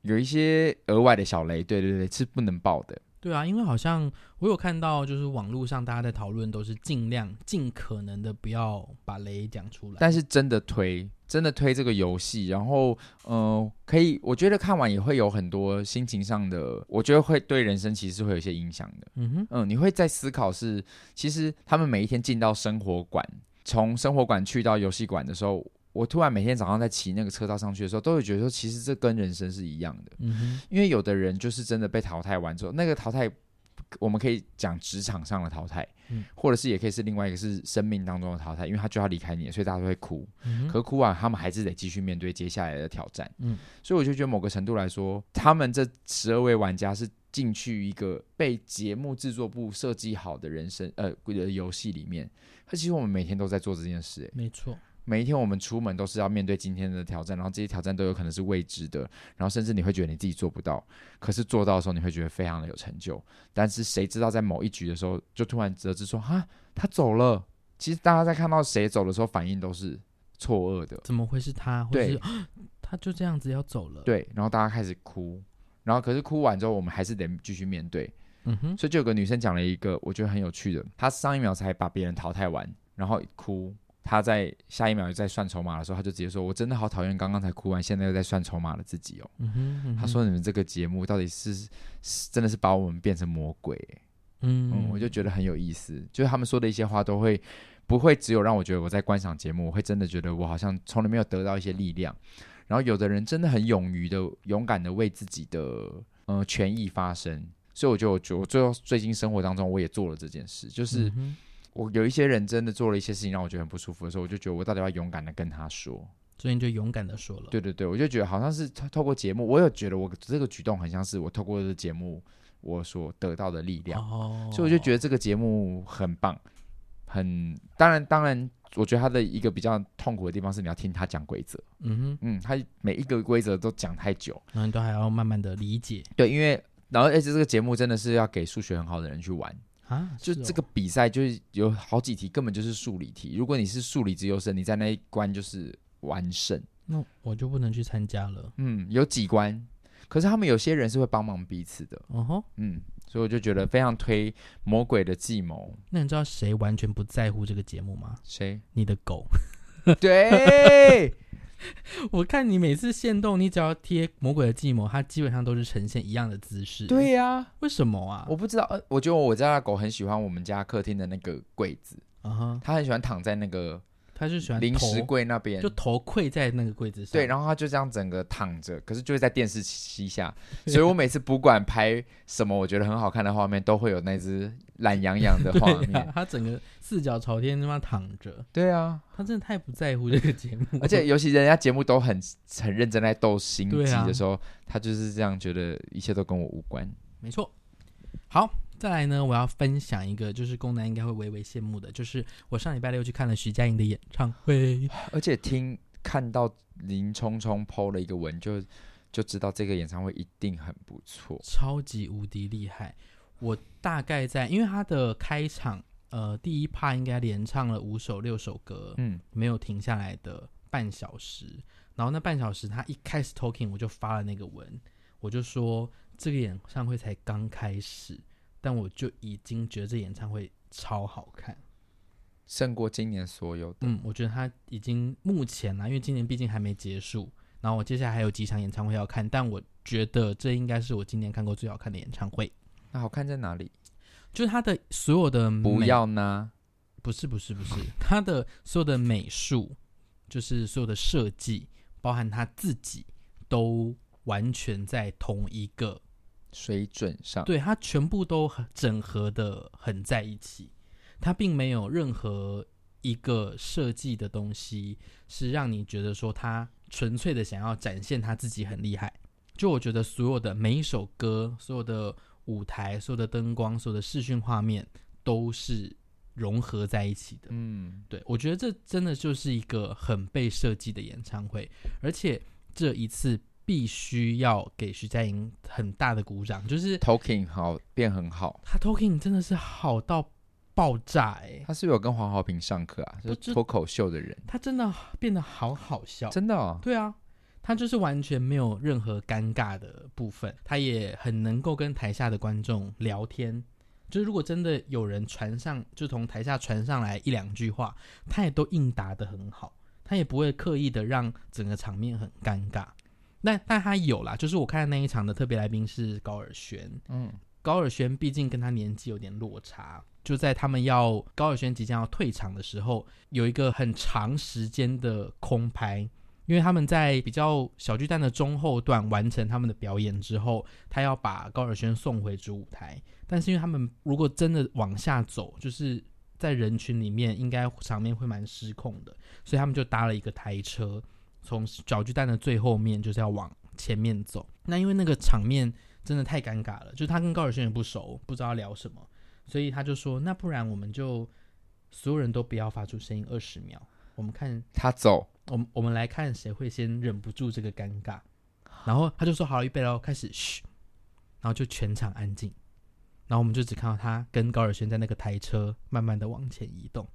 有一些额外的小雷，对对对，是不能爆的。
对啊，因为好像我有看到，就是网络上大家在讨论，都是尽量尽可能的不要把雷讲出来。
但是真的推，真的推这个游戏，然后呃，可以，我觉得看完也会有很多心情上的，我觉得会对人生其实会有一些影响的。
嗯哼，
嗯，你会在思考是，其实他们每一天进到生活馆，从生活馆去到游戏馆的时候。我突然每天早上在骑那个车道上去的时候，都会觉得说，其实这跟人生是一样的。
嗯哼，
因为有的人就是真的被淘汰完之后，那个淘汰，我们可以讲职场上的淘汰，
嗯
或者是也可以是另外一个是生命当中的淘汰，因为他就要离开你了，所以大家都会哭。
嗯哼，
可哭啊完，他们还是得继续面对接下来的挑战。
嗯
嗯，所以我就觉得某个程度来说，他们这十二位玩家是进去一个被节目制作部设计好的人生呃的游戏里面。可其实我们每天都在做这件事、欸
没错，
每一天我们出门都是要面对今天的挑战，然后这些挑战都有可能是未知的，然后甚至你会觉得你自己做不到，可是做到的时候你会觉得非常的有成就。但是谁知道在某一局的时候，就突然得知说哈他走了。其实大家在看到谁走的时候，反应都是错愕的，
怎么会是他？或
对
是他就这样子要走了？，
对，然后大家开始哭，然后可是哭完之后，我们还是得继续面对。
嗯哼，
所以就有个女生讲了一个我觉得很有趣的，她上一秒才把别人淘汰完，然后哭，她在下一秒又在算筹码的时候，她就直接说：“我真的好讨厌刚刚才哭完，现在又在算筹码的自己哦。
嗯哼，嗯哼
她说：“你们这个节目到底是是真的是把我们变成魔鬼、欸
嗯，
嗯，我就觉得很有意思，就是他们说的一些话都会不会只有让我觉得我在观赏节目，我会真的觉得我好像从来没有得到一些力量。然后有的人真的很勇于的、勇敢的为自己的呃权益发声，所以我觉得我觉得我最后最近生活当中我也做了这件事，就是
嗯哼
我有一些人真的做了一些事情让我觉得很不舒服的时候，我就觉得我到底要勇敢的跟他说。
所以你就勇敢的说了，
对对对，我就觉得好像是透透过节目，我有觉得我这个举动很像是我透过这个节目我所得到的力量。
哦，
所以我就觉
得，
得这个节目很棒，很当然当然，我觉得他的一个比较痛苦的地方是你要听他讲规则，
嗯哼，
嗯，他每一个规则都讲太久，
然后你都还要慢慢的理解
对，因为然后而且这个节目真的是要给数学很好的人去玩，
啊，
就是
哦
这个比赛就是有好几题根本就是数理题，如果你是数理之优生，你在那一关就是完胜，
那我就不能去参加了。
嗯，有几关，可是他们有些人是会帮忙彼此的，
哦吼，
嗯，所以我就觉得非常推《魔鬼的计谋》，
那你知道谁完全不在乎这个节目吗？
谁？
你的狗。
对。
我看你每次限动，你只要贴《魔鬼的计谋》，它基本上都是呈现一样的姿势。，
对呀、
为什么啊？
我不知道，呃，我觉得我家的狗很喜欢我们家客厅的那个柜子，
啊哈，
它很喜欢躺在那个
它是喜欢
零
头
食柜那边
就，头跪在那个柜子上。
对，然后它就这样整个躺着，可是就会在电视机 下，所以我每次不管拍什么我觉得很好看的画面，都会有那只懒洋洋的画
对啊呀
面。
它整个四脚朝天那么躺着，
对啊，
它真的太不在乎这个节目。
而且尤其人家节目都很很认真在斗心机
对啊
的时候，它就是这样觉得一切都跟我无关。
没错。好，再来呢，我要分享一个，就是宫南应该会微微羡慕的，就是我上礼拜六去看了徐佳莹的演唱会。
而且听看到林冲冲 PO 了一个文，就就知道这个演唱会一定很不错。
超级无敌厉害。我大概在，因为他的开场，呃，第一趴应该连唱了五首六首歌，
嗯，
没有停下来的半小时。然后那半小时，他一开始 talking，我就发了那个文，我就说这个演唱会才刚开始，但我就已经觉得这演唱会超好看。
胜过今年所有的。
嗯，我觉得他已经目前啊啦，因为今年毕竟还没结束，然后我接下来还有几场演唱会要看，但我觉得这应该是我今年看过最好看的演唱会。
那好看在哪里？
就是它的所有的美
不，要呢？
不是不是不 是，它的所有的美术，就是所有的设计，包含他自己，都完全在同一个，
水准上，
对他全部都很整合的很在一起，他并没有任何一个设计的东西是让你觉得说他纯粹的想要展现他自己很厉害。就我觉得所有的每一首歌、所有的舞台、所有的灯光、所有的视讯画面都是融合在一起的。
嗯，
对，我觉得这真的就是一个很被设计的演唱会，而且这一次必须要给徐佳莹很大的鼓掌，就是
，Talking 好变很好。
她 talking 真的是好到爆炸哎、欸，
他是不是有跟黄豪平上课啊？就是
不知
脱口秀的人，
她真的变得好好笑，
真的哦。
对啊，她就是完全没有任何尴尬的部分，她也很能够跟台下的观众聊天。就是如果真的有人传上，就从台下传上来一两句话，她也都应答的很好，她也不会刻意的让整个场面很尴尬。但但她有啦，就是我看的那一场的特别来宾是高尔宣，
嗯，
高尔宣毕竟跟他年纪有点落差，就在他们要高尔宣即将要退场的时候，有一个很长时间的空拍，因为他们在比较小巨蛋的中后段完成他们的表演之后，他要把高尔宣送回主舞台，但是因为他们如果真的往下走，就是。在人群里面，应该场面会蛮失控的，所以他们就搭了一个台车，从小巨蛋的最后面就是要往前面走。那因为那个场面真的太尴尬了，就是他跟高尔宣也不熟，不知道要聊什么，所以他就说：“那不然我们就所有人都不要发出声音二十秒，我们看，
他走，
我们我们来看谁会先忍不住这个尴尬。”然后他就说：“好，预备喽，开始，嘘。”然后就全场安静，然后我们就只看到他跟高尔宣在那个台车慢慢的往前移动，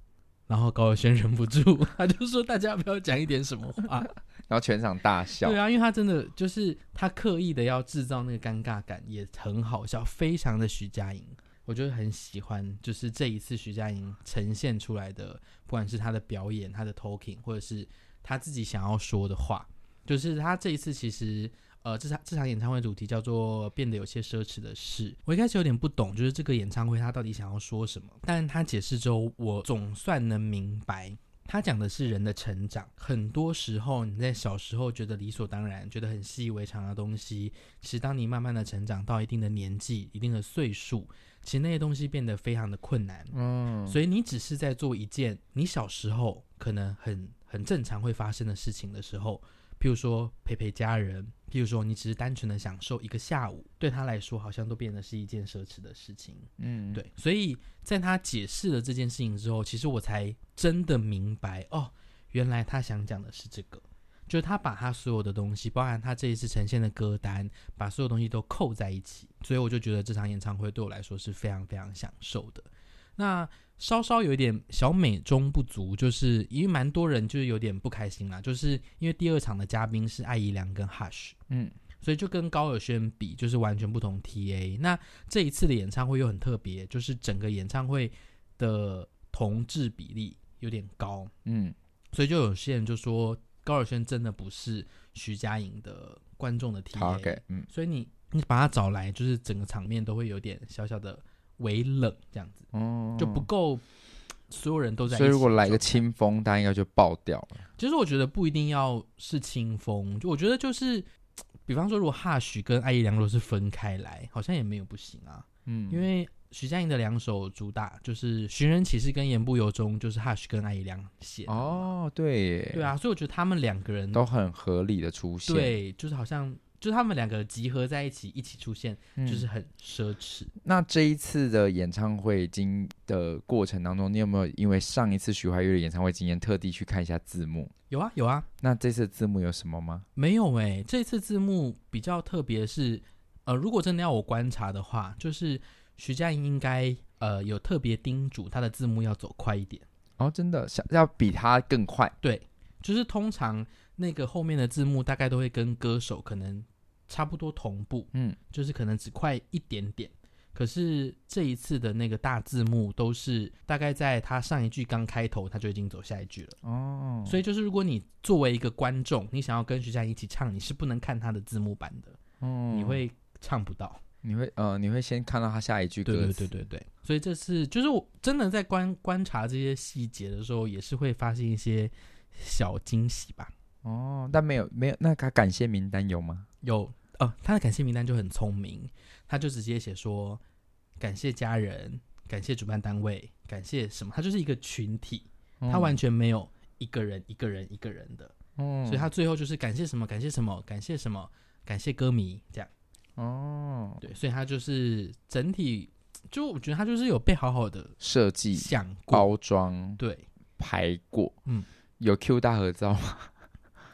然后高尔轩忍不住，他就说大家不要讲一点什么话。
然后全场大笑
对。啊，因为他真的就是他刻意的要制造那个尴尬感，也很好笑，非常的徐佳莹，我就很喜欢，就是这一次徐佳莹呈现出来的，不管是她的表演、她的 talking，或者是她自己想要说的话，就是她这一次其实。呃，这场这场演唱会主题叫做“变得有些奢侈的事”。我一开始有点不懂，就是这个演唱会他到底想要说什么。但他解释之后，我总算能明白，他讲的是人的成长，很多时候你在小时候觉得理所当然，觉得很习以为常的东西，其实当你慢慢的成长到一定的年纪、一定的岁数，其实那些东西变得非常的困难。
嗯，
所以你只是在做一件你小时候可能很很正常会发生的事情的时候，譬如说陪陪家人，譬如说你只是单纯的享受一个下午，对他来说好像都变得是一件奢侈的事情。
嗯，
对，所以在他解释了这件事情之后，其实我才真的明白哦，原来他想讲的是这个，就是他把他所有的东西，包含他这一次呈现的歌单，把所有东西都扣在一起，所以我就觉得这场演唱会对我来说是非常非常享受的。那稍稍有一点小美中不足，就是因为蛮多人就是有点不开心啦，就是因为第二场的嘉宾是艾怡良跟 Hush，
嗯，
所以就跟高尔宣比就是完全不同 TA。那这一次的演唱会又很特别，就是整个演唱会的同质比例有点高，
嗯，
所以就有些人就说高尔宣真的不是徐佳莹的观众的 TA，、
好，OK，嗯，
所以你你把他找来，就是整个场面都会有点小小的微冷这样子，
哦，
就不够所有人都在一起
所以
的状态。
如果来个清风，大家应该就爆掉了。
其实我觉得不一定要是清风，就我觉得就是，比方说，如果哈许跟艾怡良若是分开来，好像也没有不行啊。
嗯，
因为徐佳莹的两首主打就是《寻人启事》跟《言不由衷》，就是哈许跟艾怡良写的。，
哦，对耶，
对啊，所以我觉得他们两个人
都很合理的出现，，
对，就是好像就是他们两个集合在一起一起出现，
嗯
就是很奢侈。
那这一次的演唱会经的过程当中，你有没有因为上一次徐怀钰的演唱会经验，特地去看一下字幕？
有啊有啊，
那这次字幕有什么吗？
没有哎、这次字幕比较特别是，呃，如果真的要我观察的话，就是徐佳莹应该呃有特别叮嘱她的字幕要走快一点。
哦，真的想要比他更快，
对，就是通常那个后面的字幕大概都会跟歌手可能差不多同步，
嗯，
就是可能只快一点点。可是这一次的那个大字幕都是大概在他上一句刚开头，他就已经走下一句了。
哦，
所以就是如果你作为一个观众，你想要跟徐佳莹一起唱，你是不能看他的字幕版的。
哦
你会唱不到。
你会呃，你会先看到他下一句歌
对
词，
对对对对，所以这次就是我真的在观观察这些细节的时候，也是会发现一些小惊喜吧。
哦，但没有没有，那他感谢名单有吗？
有哦，他的感谢名单就很聪明，他就直接写说感谢家人，感谢主办单位，感谢什么，他就是一个群体，
嗯
他完全没有一个人一个人一个人的，
哦，
所以他最后就是感谢什么，感谢什么，感谢什么，感谢歌迷这样。
哦
对，所以他就是整体，就我觉得他就是有被好好的
设计
想过，
包装
对
排过，
嗯，
有 Q 大合照吗？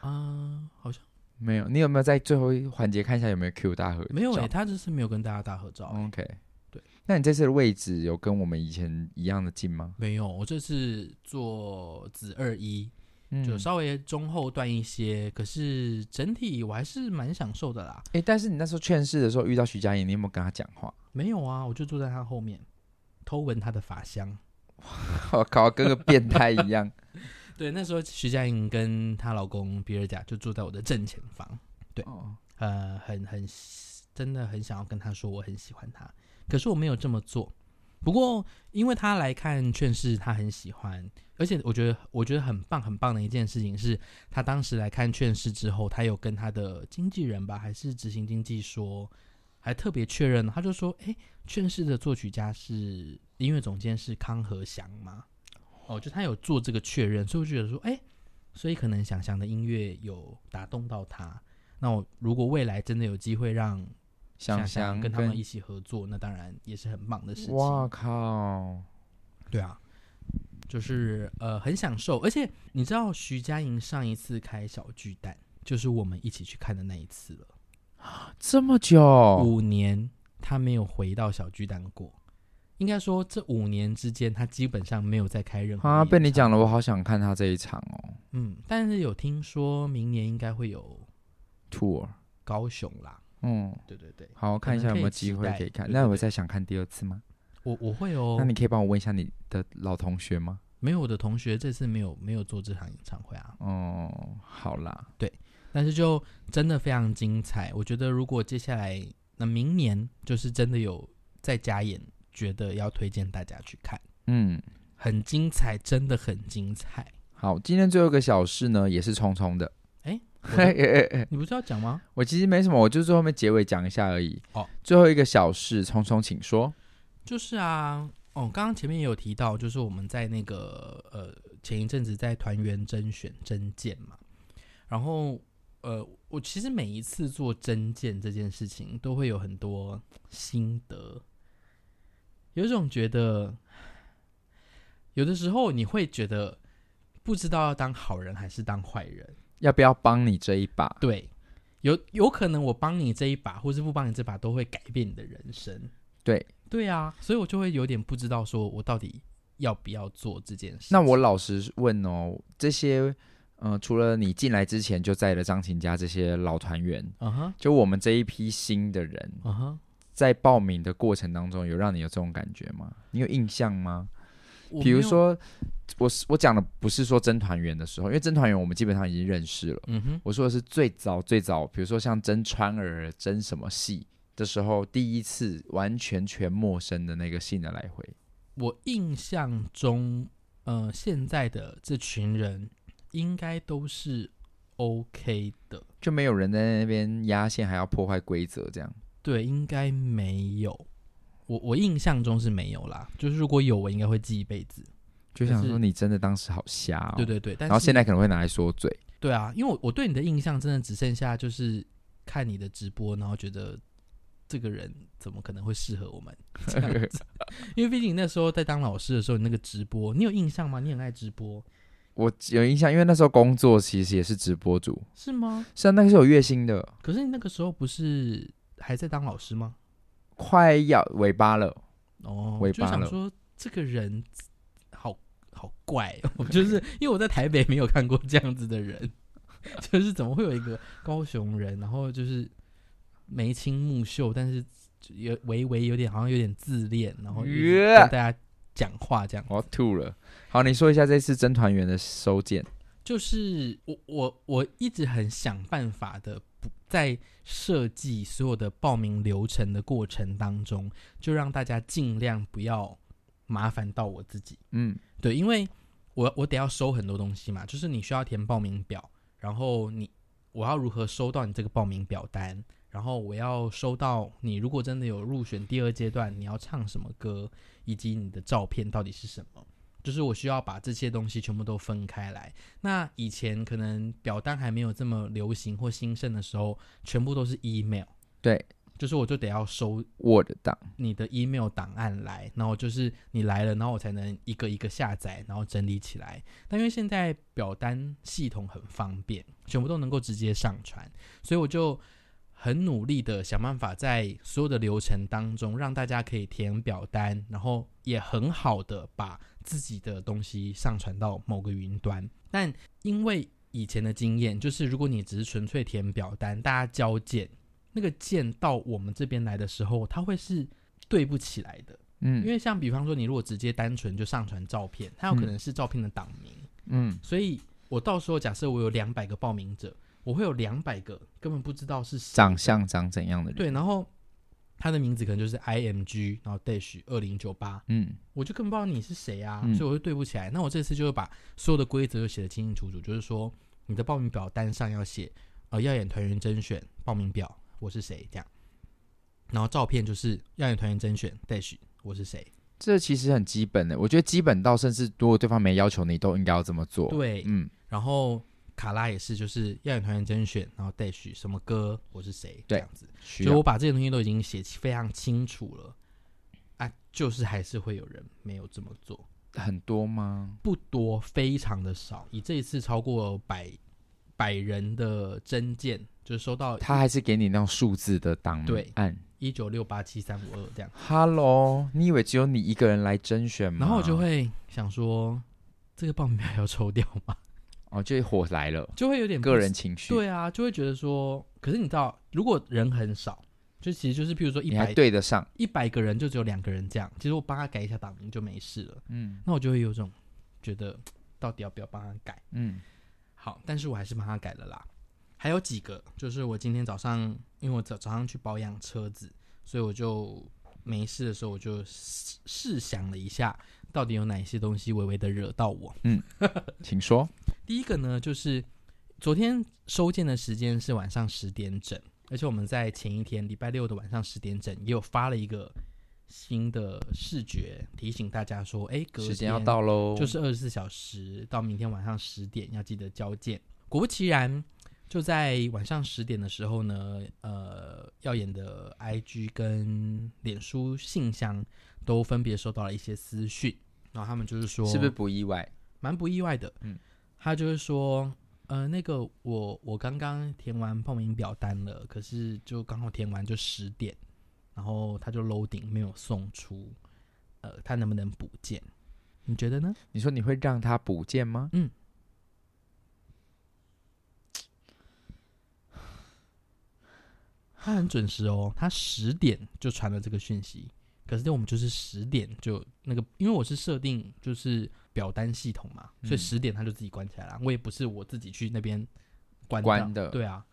啊、好像
没有，你有没有在最后一环节看一下有没有 Q 大合照？
没有诶、欸他就是没有跟大家大合照、诶
OK，
对。
那你这次的位置有跟我们以前一样的近吗？
没有，我这次做子二一，
嗯
就稍微中后段一些，可是整体我还是蛮享受的啦。
诶但是你那时候劝世的时候遇到徐佳莹，你有没有跟她讲话？
没有啊，我就坐在他后面偷闻他的发香。
我靠，跟个变态一 样。
对，那时候徐佳莹跟她老公比尔贾就坐在我的正前方，对
哦，
呃，很很真的很想要跟他说我很喜欢他，可是我没有这么做。不过因为他来看劝世，他很喜欢，而且我觉得我觉得很棒很棒的一件事情是，他当时来看劝世之后，他有跟他的经纪人吧，还是执行经纪说，还特别确认，他就说，哎，劝世的作曲家是音乐总监是康和祥吗？哦，就他有做这个确认，所以我觉得说，哎，所以可能想想的音乐有打动到他。那我如果未来真的有机会让
想
想
想
跟他们一起合作，那当然也是很棒的事情。
哇靠，
对啊，就是呃很享受，而且你知道徐佳莹上一次开小巨蛋，就是我们一起去看的那一次了，
这么久，哦
哦五年她没有回到小巨蛋过。应该说这五年之间，他基本上没有再开任何
啊，
演
被你
唱
讲了，我好想看他这一场哦
嗯，但是有听说明年应该会有
，tour，
高雄啦，
嗯，
对对对，
好，看一下有没有机会
可
可
以
以
期待
看。
对
那
对
我
对
再想看第二次吗？
我我会哦
那，你可以帮我问一下你的老同学吗？
没有我的同学这次没有没有做这场演唱会啊，
哦，好啦，
但是就真的非常精彩，我觉得如果接下来那明年就是真的有再加演，觉得要推荐大家去看，
嗯，
很精彩，真的很精彩。
好，今天最后一个小事呢，也是匆匆的。
我的你不是要讲吗？
我其实没什么，我就最后面结尾讲一下而已。
哦，
最后一个小事，匆匆请说。
就是啊，哦，刚刚前面也有提到，就是我们在那个呃前一阵子在团员甄选甄荐嘛，然后呃，我其实每一次做甄荐这件事情，都会有很多心得，有一种觉得，有的时候你会觉得不知道要当好人还是当坏人，
要不要帮你这一把？
对。有有可能我帮你这一把，或是不帮你这把，都会改变你的人生。
对，
对啊，所以我就会有点不知道，说我到底要不要做这件事情。
那我老实问哦，这些，呃，除了你进来之前就在的张琴家这些老团员，
嗯哼，
就我们这一批新的人，
嗯哼，
在报名的过程当中，有让你有这种感觉吗？你有印象吗？
我
比如
没有，
说，我是我讲的不是说甄团员的时候，因为甄团员我们基本上已经认识了。
嗯哼，
我说的是最早最早，比如说像甄川儿、甄什么戏的时候，第一次完全全陌生的那个信的来回。
我印象中，呃，现在的这群人应该都是 OK 的，
就没有人在那边压线，还要破坏规则这样。
对，应该没有。我我印象中是没有啦，就是如果有，我应该会记一辈子。
就想
可
说
是
你真的当时好瞎哦。
对。对对，但
然后
是
现在可能会拿来说嘴，
对啊，因为我我对你的印象真的只剩下就是看你的直播，然后觉得这个人怎么可能会适合我们这样子？因为毕竟你那时候在当老师的时候，你那个直播，你有印象吗？你很爱直播
我有印象，因为那时候工作其实也是直播主，
是吗？
是啊，那个是有月薪的，
可是你那个时候不是还在当老师吗？
快要尾巴了。
哦，
尾
我就
巴
想
了
说这个人好好怪、哦， 我就是因为我在台北没有看过这样子的人， 就是怎么会有一个高雄人，然后就是眉清目秀，但是就有微微有点好像有点自恋，然后就是跟
呃
大家讲话这样。
我要吐了。好，你说一下这次甄团员的收件。
就是我我我一直很想办法的，不在设计所有的报名流程的过程当中，就让大家尽量不要麻烦到我自己。
嗯，
对，因为我我得要收很多东西嘛，就是你需要填报名表，然后你我要如何收到你这个报名表单，然后我要收到你如果真的有入选第二阶段，你要唱什么歌，以及你的照片到底是什么。就是我需要把这些东西全部都分开来。那以前可能表单还没有这么流行或兴盛的时候，全部都是 email。
对，
就是我就得要收
我的档。
你的 email 档案来，然后就是你来了，然后我才能一个一个下载，然后整理起来。但因为现在表单系统很方便，全部都能够直接上传，所以我就很努力的想办法在所有的流程当中，让大家可以填表单，然后也很好的把自己的东西上传到某个云端。但因为以前的经验，就是如果你只是纯粹填表单，大家交件。那个件到我们这边来的时候，它会是对不起来的，因
嗯
为像比方说，你如果直接单纯就上传照片，它有可能是照片的档名，
嗯，
所以我到时候假设我有两百个报名者，我会有两百个根本不知道是谁的
长相长怎样的人？
对，然后他的名字可能就是 I M G，然后 dash 二零九八，
嗯，
我就更不知道你是谁啊，
嗯
所以我会对不起来。那我这次就会把所有的规则都写得清清楚楚，就是说你的报名表单上要写，呃，耀眼团员甄选报名表我是谁这样，然后照片就是耀眼团员甄选 dash 我是谁，
这其实很基本的，我觉得基本到甚至如果对方没要求你，都应该要这么做。，
对，
嗯，
然后卡拉也是就是耀眼团员甄选，然后 dash 什么歌我是谁这
对
样子，
需
所以我
要。
把这些东西都已经写非常清楚了，啊，就是还是会有人没有这么做。
很多吗？
不多，非常的少。以这一次超过百百人的真件，就是收到
他还是给你那种数字的档
对
案。
一九六八七三五二这样，
Hello，你以为只有你一个人来甄选吗？
然后我就会想说，这个报名表要抽掉吗？
哦，就火来了，
就会有点不
个人情绪。，
对啊，就会觉得说，可是你知道，如果人很少，就其实就是譬如说一
你还
百
对得上，
一百个人就只有两个人这样，其实我帮他改一下档名就没事了，
嗯
那我就会有种觉得到底要不要帮他改。
嗯
好，但是我还是帮他改了啦。还有几个，就是我今天早上，因为我早早上去保养车子，所以我就没事的时候，我就试试想了一下，到底有哪些东西微微的惹到我。
请说。
第一个呢，就是昨天收件的时间是晚上十点整，而且我们在前一天礼拜六的晚上十点整也有发了一个新的视觉提醒大家说，哎，隔
时间要
天
到喽，
就是二十四小时到明天晚上十点要记得交件。果不其然，就在晚上十点的时候呢，呃，耀眼的 IG 跟脸书信箱都分别收到了一些私讯，然后他们就是说，
是不是不意外？
蛮不意外的？
嗯
嗯，他就是说，呃，那个我我刚刚填完报名表单了，可是就刚好填完就十点，然后他就 loading 没有送出，呃，他能不能补件？你觉得呢？
你说你会让他补件吗？
嗯，他很准时哦，他十点就传了这个讯息，可是我们就是十点就那个，因为我是设定就是表单系统嘛，所以
嗯
十点他就自己关起来了，我也不是我自己去那边关
关
掉
的
对啊，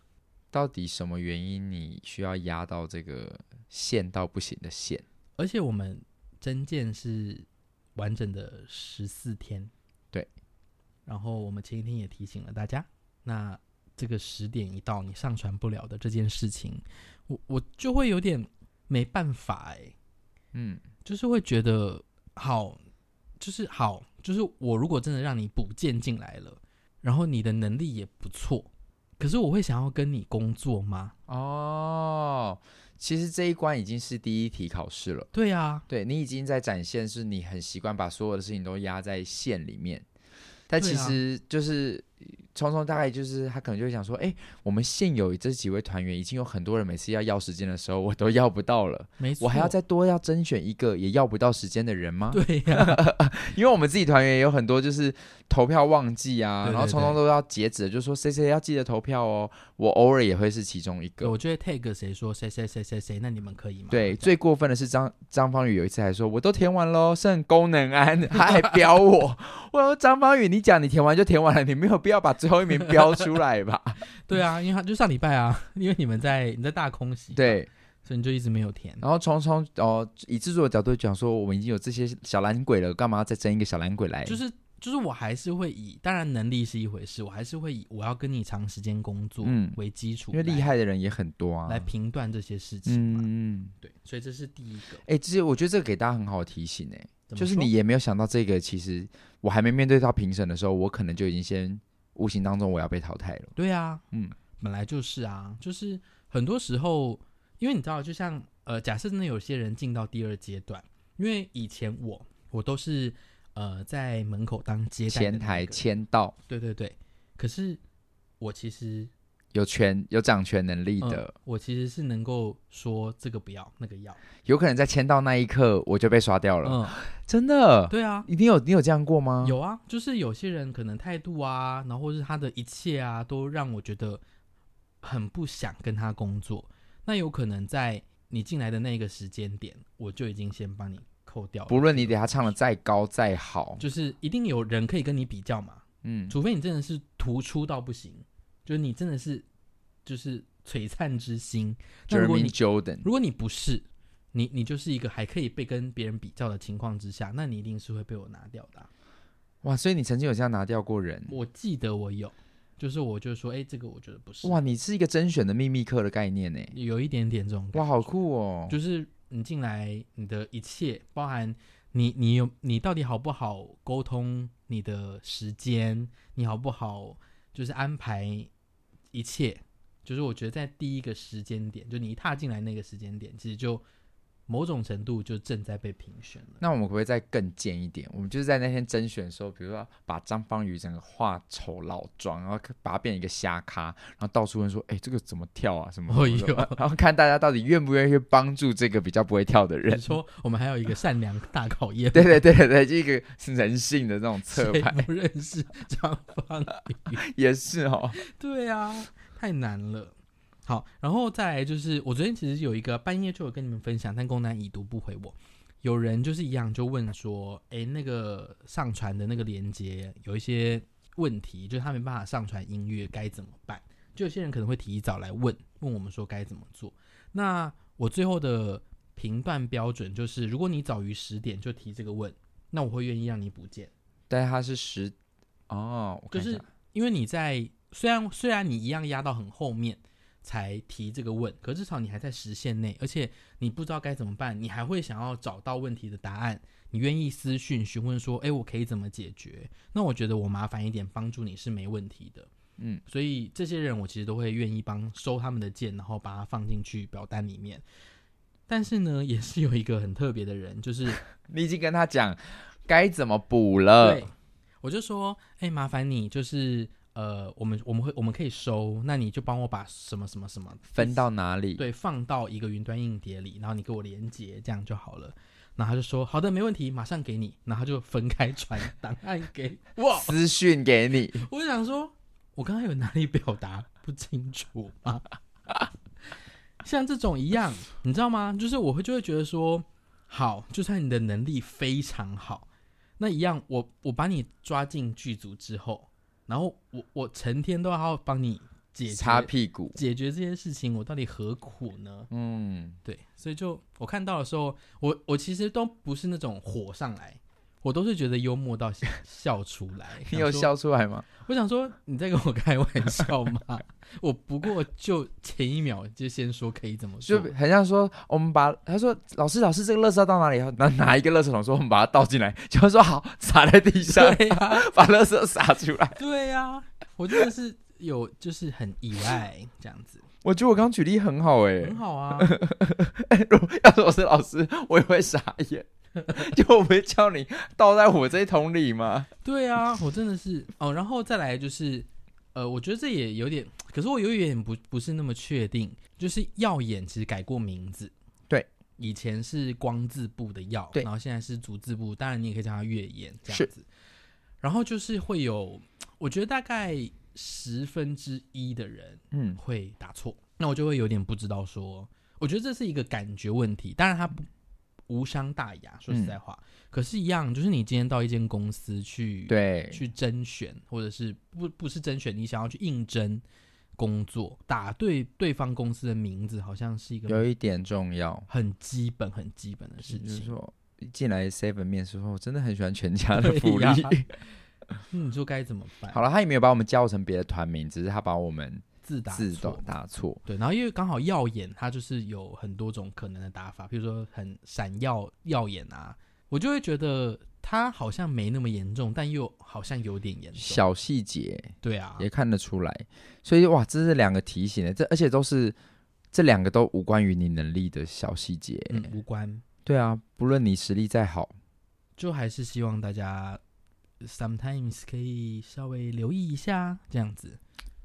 到底什么原因你需要压到这个线到不行的线？
而且我们真件是完整的十四天，
对。
然后我们前一天也提醒了大家，那这个十点一到，你上传不了的这件事情，我我就会有点没办法哎、
嗯，
就是会觉得好，就是好，就是我如果真的让你补件进来了，然后你的能力也不错，可是我会想要跟你工作吗？
哦，其实这一关已经是第一题考试了。
对啊，
对你已经在展现，是你很习惯把所有的事情都压在线里面，但
对
其
啊
实就是聪聪大概就是他可能就会想说，哎、我们现有这几位团员已经有很多人每次要要时间的时候，我都要不到了，
没错，
我还要再多要甄选一个也要不到时间的人吗？
对啊呀、
因为我们自己团员也有很多就是投票忘记啊，
对对
然后聪聪都要截止，就说谁谁要记得投票哦，我偶尔也会是其中一个
对，。我就会 tag 谁说谁谁谁谁谁，那你们可以吗？
对，最过分的是张张方宇有一次还说，我都填完喽，剩功能安，他还 标我。我说张方宇，你讲你填完就填完了，你没有必要把最后一名标出来吧？
对啊，因为他就上礼拜啊，因为你们在你在大空 袭，，
对，
所以你就一直没有填。
然后聪聪哦，以制作的角度讲说，我们已经有这些小懒鬼了，干嘛要再争一个小懒鬼来？
就是就是我还是会以，当然能力是一回事，我还是会以我要跟你长时间工作
嗯
为基础
因
来，
为厉害的人也很多啊。
来评断这些事情
嗯
嘛。
嗯，
对，所以这是第一个。
哎、其实我觉得这个给大家很好的提醒哎、
怎么
就是
说
你也没有想到这个，其实我还没面对到评审的时候，我可能就已经先无形当中我要被淘汰了。
对啊，
嗯
嗯，本来就是啊，就是很多时候，因为你知道，就像呃，假设真的有些人进到第二阶段，因为以前我我都是呃在门口当接待的
前
那
台
个
签到。
对对对，可是我其实
有权有掌权能力
嗯
的，
我其实是能够说这个不要，那个要。
有可能在签到那一刻我就被刷掉了，
嗯，
真的。
对啊，
你有你有这样过吗？，
有啊，就是有些人可能态度啊，然后或是他的一切啊，都让我觉得很不想跟他工作。那有可能在你进来的那个时间点，我就已经先帮你扣掉了
不论
这
你
个
给他唱的再高再好，
就是一定有人可以跟你比较嘛，
嗯，
除非你真的是突出到不行，就是你真的是就是璀璨之星。那如果
Jeremy
你
Jordan，
如果你不是，你你就是一个还可以被跟别人比较的情况之下，那你一定是会被我拿掉的啊、
哇，所以你曾经有这样拿掉过人，
我记得我有，就是我就说，哎、这个我觉得不是，
哇，你是一个甄选的秘密课的概念呢，
有一点点这种感
哇，好酷哦，
就是你进来，你的一切，包含你你有你到底好不好沟通，你的时间，你好不好就是安排一切，就是我觉得在第一个时间点，就你一踏进来那个时间点，其实就某种程度就正在被评选了。
那我们可不可以再更贱一点？我们就是在那天甄选的时候，比如说把张方宇整个化丑老妆，然后把他变一个瞎咖，然后到处问说：“哎、这个怎么跳啊？什么
哦
什 么的？”
哟
然后看大家到底愿不愿意去帮助这个比较不会跳的
你
人。
说我们还有一个善良大考 验，
对对对对，就一个人性的那种侧
谁
拍，
不认识张方宇？
也是哦。
对啊，太难了。好，然后再来就是，我昨天其实有一个半夜就有跟你们分享，但公男已读不回我。有人就是一样就问说，诶，那个上传的那个连接有一些问题，就是他没办法上传音乐，该怎么办？就有些人可能会提早来问，问我们说该怎么做。那我最后的评断标准就是，如果你早于十点就提这个问，那我会愿意让你补件。
但是他是十哦，我
就
看一下
是因为你在虽然虽然你一样压到很后面才提这个问，可至少你还在时限内，而且你不知道该怎么办，你还会想要找到问题的答案，你愿意私讯询问说，哎，我可以怎么解决？那我觉得我麻烦一点帮助你是没问题的。
嗯，
所以这些人我其实都会愿意帮收他们的件，然后把它放进去表单里面。但是呢，也是有一个很特别的人，就是
你已经跟他讲该怎么补了
对，，我就说，哎、麻烦你，就是呃，我们我们会我们可以收，那你就帮我把什么什么什么
分到哪里？
对放到一个云端硬碟里，然后你给我连接，这样就好了。然后他就说好的，没问题，马上给你。然后他就分开传档案给我。
私讯给你，
我就想说，我刚刚有哪里表达不清楚吗？像这种一样，你知道吗？就是我会就会觉得说，好，就算你的能力非常好，那一样，我我把你抓进剧组之后，然后我我成天都要帮你解决
擦屁股。
解决这些事情，我到底何苦呢？
嗯，
对，所以就我看到的时候，我我其实都不是那种火上来，我都是觉得幽默到笑笑出来。
你有
想说
笑出来吗？
我想说，你在跟我开玩笑吗？我不过就前一秒就先说可以怎么
就
说，
很像说，我们把他说老师老师这个垃圾要到哪里？拿拿一个垃圾桶说我们把它倒进来， 就说好撒在地上，
对呀、
把垃圾撒出来。
对呀、我真的是有就是很意外这样子，
我觉得我刚举例很好哎、
很好啊，
如果要是我是老师，我也会傻眼。 就我不会叫你倒在我这桶里吗？
对啊，我真的是哦，然后再来就是，呃，我觉得这也有点，可是我有一点不不是那么确定，就是耀眼其实改过名字，
对，
以前是光字部的耀，
对
然后现在是足字部，当然你也可以叫它月眼这
是
样子，然后就是会有，我觉得大概十分之一的人
嗯，
会打错，那我就会有点不知道说，我觉得这是一个感觉问题，当然它不无伤大雅，说
嗯
实在话，可是，一样就是你今天到一间公司去，
对，
去甄选，或者是不不是甄选，你想要去应征工作，打对对方公司的名字，好像是一个
有一点重要，
很基本、很基本的事
就是
情。
说进来 seven 面试后，我真的很喜欢全 家的福利
对。呀 嗯你说该怎么办？
好了，他也没有把我们叫成别的团名，只是他把我们
自打
自
错
动打错。
对，然后因为刚好耀眼，它就是有很多种可能的打法，比如说很闪耀、耀眼啊，我就会觉得它好像没那么严重，但又好像有点严重。
小细节
对啊，
也看得出来，所以哇，这是两个提醒欸的，这而且都是这两个都无关于你能力的小细节。欸
嗯，无关，
对啊，不论你实力再好，
就还是希望大家 sometimes 可以稍微留意一下，这样子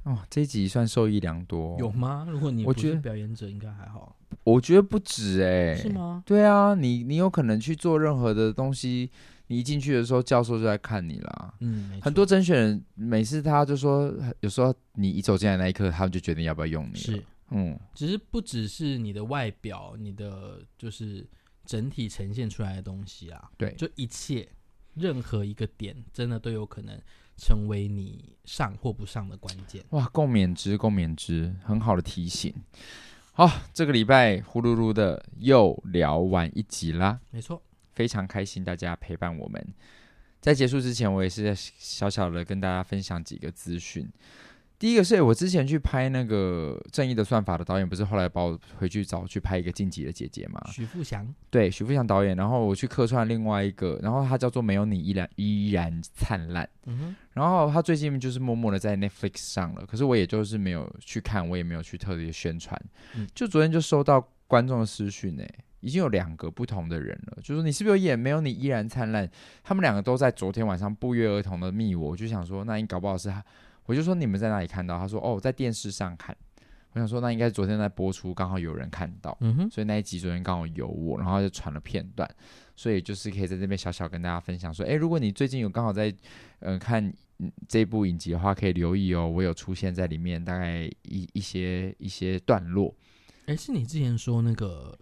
哦，这一集算受益良多。
有，吗？如果你
哦我
不
觉
是
得
表演者，应该还好，
我觉得不止哎、
是？吗？
对啊，你你有可能去做任何的东西，你一进去的时候，教授就在看你啦。
嗯，没
很
错
多甄选人每次他就说，有时候你一走进来那一刻，他们就决定要不要用你了。
是，
嗯，
只是不只是你的外表，你的就是整体呈现出来的东西啊，
对
就一切任何一个点，真的都有可能成为你上或不上的关键。
哇，共勉之，共勉之，很好的提醒。好，这个礼拜呼噜噜的又聊完一集啦，
没错，
非常开心大家陪伴我们。在结束之前，我也是小小的跟大家分享几个资讯。第一个是我之前去拍那个《正义的算法》的导演，不是后来把我回去找去拍一个《晋级的姐姐》吗？
许富祥，
对，许富祥导演。然后我去客串另外一个，然后他叫做《没有你依然依然灿烂》。
嗯哼，
然后他最近就是默默的在 Netflix 上了，可是我也就是没有去看，我也没有去特别宣传。
嗯
就昨天就收到观众的私讯呢、已经有两个不同的人了，就说你是不是有演没有你依然灿烂？他们两个都在昨天晚上不约而同的密我，我就想说，那你搞不好是他，我就说你们在哪里看到？他说哦，在电视上看。我想说，那应该是昨天在播出，刚好有人看到。
嗯哼，
所以那一集昨天刚好有我，然后就传了片段，所以就是可以在这边小小跟大家分享说，诶，如果你最近有刚好在嗯、呃看嗯这部影集的话，可以留意哦，我有出现在里面大概一一些一些段落，
哎，是你之前说那个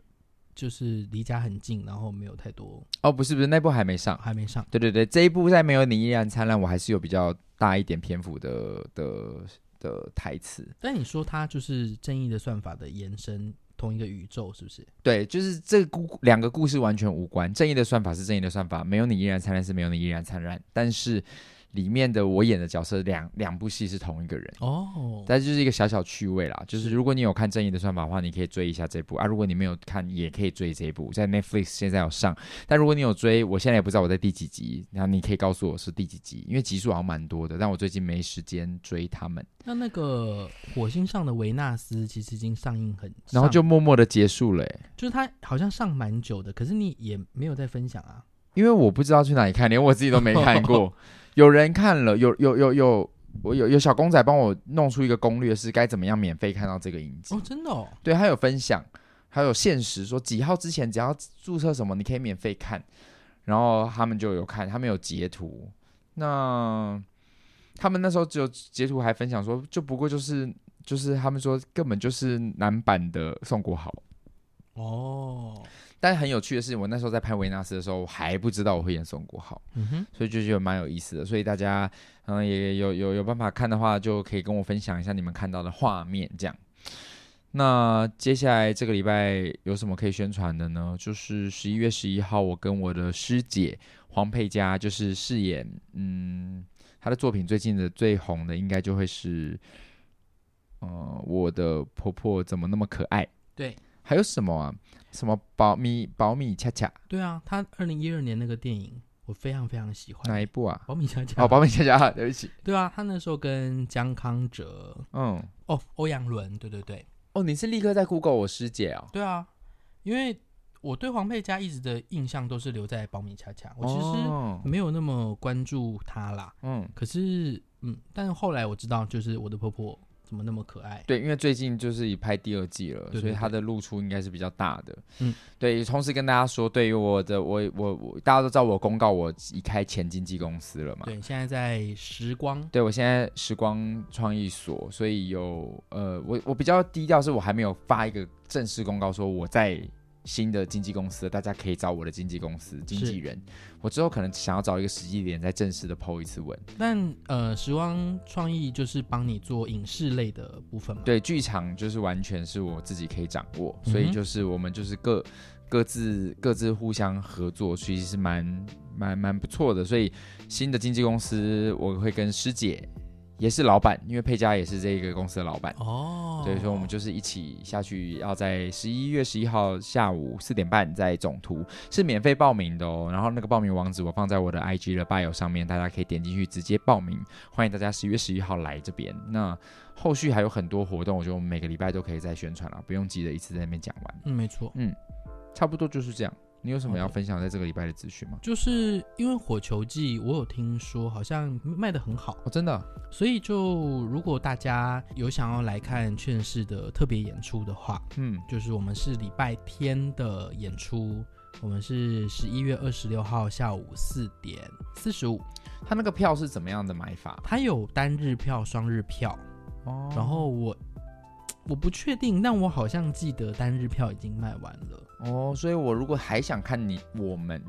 就是离家很近，然后没有太多
哦，不是不是，那部还没上，
还没上，
对对对，这一部在没有你依然灿烂，我还是有比较大一点篇幅的的的台词，
但你说它就是正义的算法的延伸，同一个宇宙是不是？
对，就是这个故两个故事完全无关。正义的算法是正义的算法，没有你依然灿烂是没有你依然灿烂。但是里面的我演的角色两两部戏是同一个人，
哦，
但就是一个小小趣味啦。就是如果你有看正义的算法的话，你可以追一下这部啊；如果你没有看，也可以追这部，在 Netflix 现在有上。但如果你有追，我现在也不知道我在第几集，然后你可以告诉我是第几集，因为集数好像蛮多的，但我最近没时间追他们。
那那个火星上的维纳斯其实已经上映很，
然后
上
就默默的结束了、欸
就是它好像上蛮久的，可是你也没有在分享啊。
因为我不知道去哪里看，连我自己都没看过。有人看了，有有有有，我有有小公仔帮我弄出一个攻略，是该怎么样免费看到这个影集。
哦，真的哦，
对他有分享，还有限时说几号之前只要注册什么，你可以免费看。然后他们就有看，他们有截图。那他们那时候只有截图，还分享说，就不过就是就是他们说根本就是男版的宋国豪。
哦，
但很有趣的是，我那时候在拍维纳斯的时候，我还不知道我会演宋国豪。
嗯哼，
所以就觉得蛮有意思的。所以大家，嗯，也有有有办法看的话，就可以跟我分享一下你们看到的画面，这样。那接下来这个礼拜有什么可以宣传的呢？就是十一月十一号，我跟我的师姐黄佩佳，就是饰演，嗯，她的作品最近的最红的应该就会是，呃，我的婆婆怎么那么可爱？
对，
还有什么啊？什么保米保米恰恰
对啊，他二零一二年那个电影我非常非常喜
哪
欢，
一部啊？
保米恰恰，
哦，保米恰恰，对不起，
对啊，他那时候跟江康哲，
嗯。
哦，欧阳伦，对对对，
哦，你是立刻在 Google 我师姐哦。
对啊，因为我对黄佩佳一直的印象都是留在保米恰恰，我其
哦
实没嗯有那么关注她啦，
嗯，
可是嗯，但后来我知道，就是我的婆婆怎么那么可爱，
对，因为最近就是已拍第二季了，
对
所以
对
它的露出应该是比较大的。
嗯，
对，同时跟大家说，对于我的我我我，大家都知道我公告我已开前经纪公司了嘛。
对，现在在时光，
对，我现在时光创意所，所以有呃，我我比较低调，是我还没有发一个正式公告说我在新的经纪公司，大家可以找我的经纪公司经纪人。我之后可能想要找一个时机点再正式的 PO 一次文。
但呃，时光创意就是帮你做影视类的部分嘛，
对，剧场就是完全是我自己可以掌握，所
嗯
以
哼
就是我们就是各各自各自互相合作，其实是蛮蛮蛮不错的。所以新的经纪公司，我会跟师姐也是老板，因为佩佳也是这个公司的老板。
哦，
对，所以我们就是一起下去，要在十一月十一号下午四点半在总图是免费报名的哦。然后那个报名网址我放在我的 IG 的 bio 上面，大家可以点进去直接报名。欢迎大家十一月十一号来这边。那后续还有很多活动，我觉得我们每个礼拜都可以再宣传啊了，不用急着一次在那边讲完。
嗯，没错。
差不多就是这样。你有什么要
好的
分享在这个礼拜的资讯吗？
就是因为火球季，我有听说好像卖的很好，
哦，真的，
所以就如果大家有想要来看劝世的特别演出的话，
嗯，
就是我们是礼拜天的演出，我们是十一月二十六号下午四点四十五，
他那个票是怎么样的买法？
它有单日票、双日票，
哦
然后我我不确定，但我好像记得单日票已经卖完了，
哦，所以我如果还想看你我们。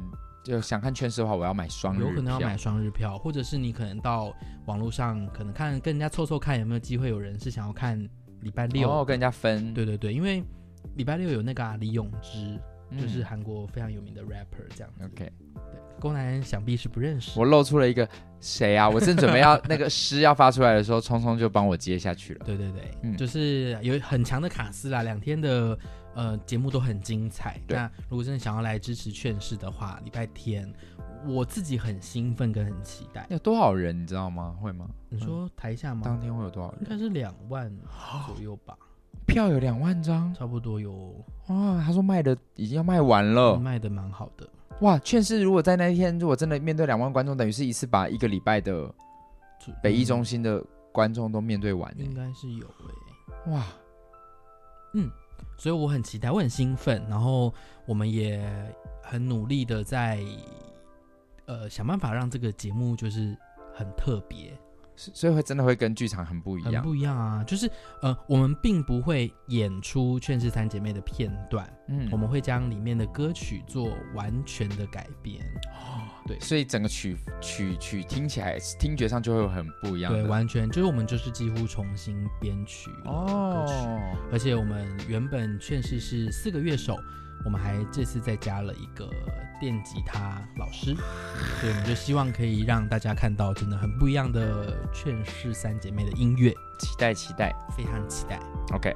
就想看圈式的话，我要买双日
有可能要
票
买双日票，或者是你可能到网络上可能看跟人家凑凑看有没有机会有人是想要看礼拜六，
哦、跟人家分，
对对对，因为礼拜六有那个、啊、李永芝，
嗯，
就是韩国非常有名的 rapper 这样子。
OK。
宫南想必是不认识，
我露出了一个谁啊？我正准备要那个诗要发出来的时候，聪聪就帮我接下去了。
对对对，
嗯
就是有很强的卡司啦，两天的呃节目都很精彩。
对
那如果真的想要来支持劝世的话，礼拜天我自己很兴奋跟很期待。
有多少人你知道吗？会吗？
你说台下吗？
当天会有多少
应
人？
该是两万左右吧。
票有两万张
差不多有
哇！他说卖的已经要卖完了，
卖的蛮好的，
哇！劝世如果在那一天，如果真的面对两万观众，等于是一次把一个礼拜的
就
北艺中
嗯
心的观众都面对完耶、
应该是有诶、
哇！
所以我很期待，我很兴奋，然后我们也很努力的在呃想办法让这个节目就是很特别，
所所以会真的会跟剧场很不一
很
样，
不一样啊！就是呃，我们并不会演出《劝世三姐妹》的片段，
嗯，
我们会将里面的歌曲做完全的改编，对
所以整个曲曲曲听起来听觉上就会有很不一样的
对，完全就是我们就是几乎重新编曲
嗯
了歌曲，
哦，
而且我们原本《劝世》是四个乐手，我们还这次再加了一个电吉他 老师，所以我们就希望可以让大家看到真的很不一样的《劝世三姐妹》的音乐，
期待期待
非常期待。
，OK，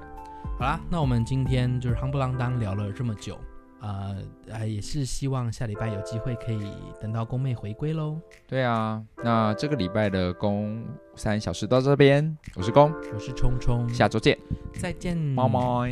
好啦，那我们今天就是夯不啷当聊了这么久，呃，呃也是希望下礼拜有机会可以等到宫妹回归喽。
对啊，那这个礼拜的公三小时到这边，我是公，
我是冲冲，
下周见，
再见，
猫猫。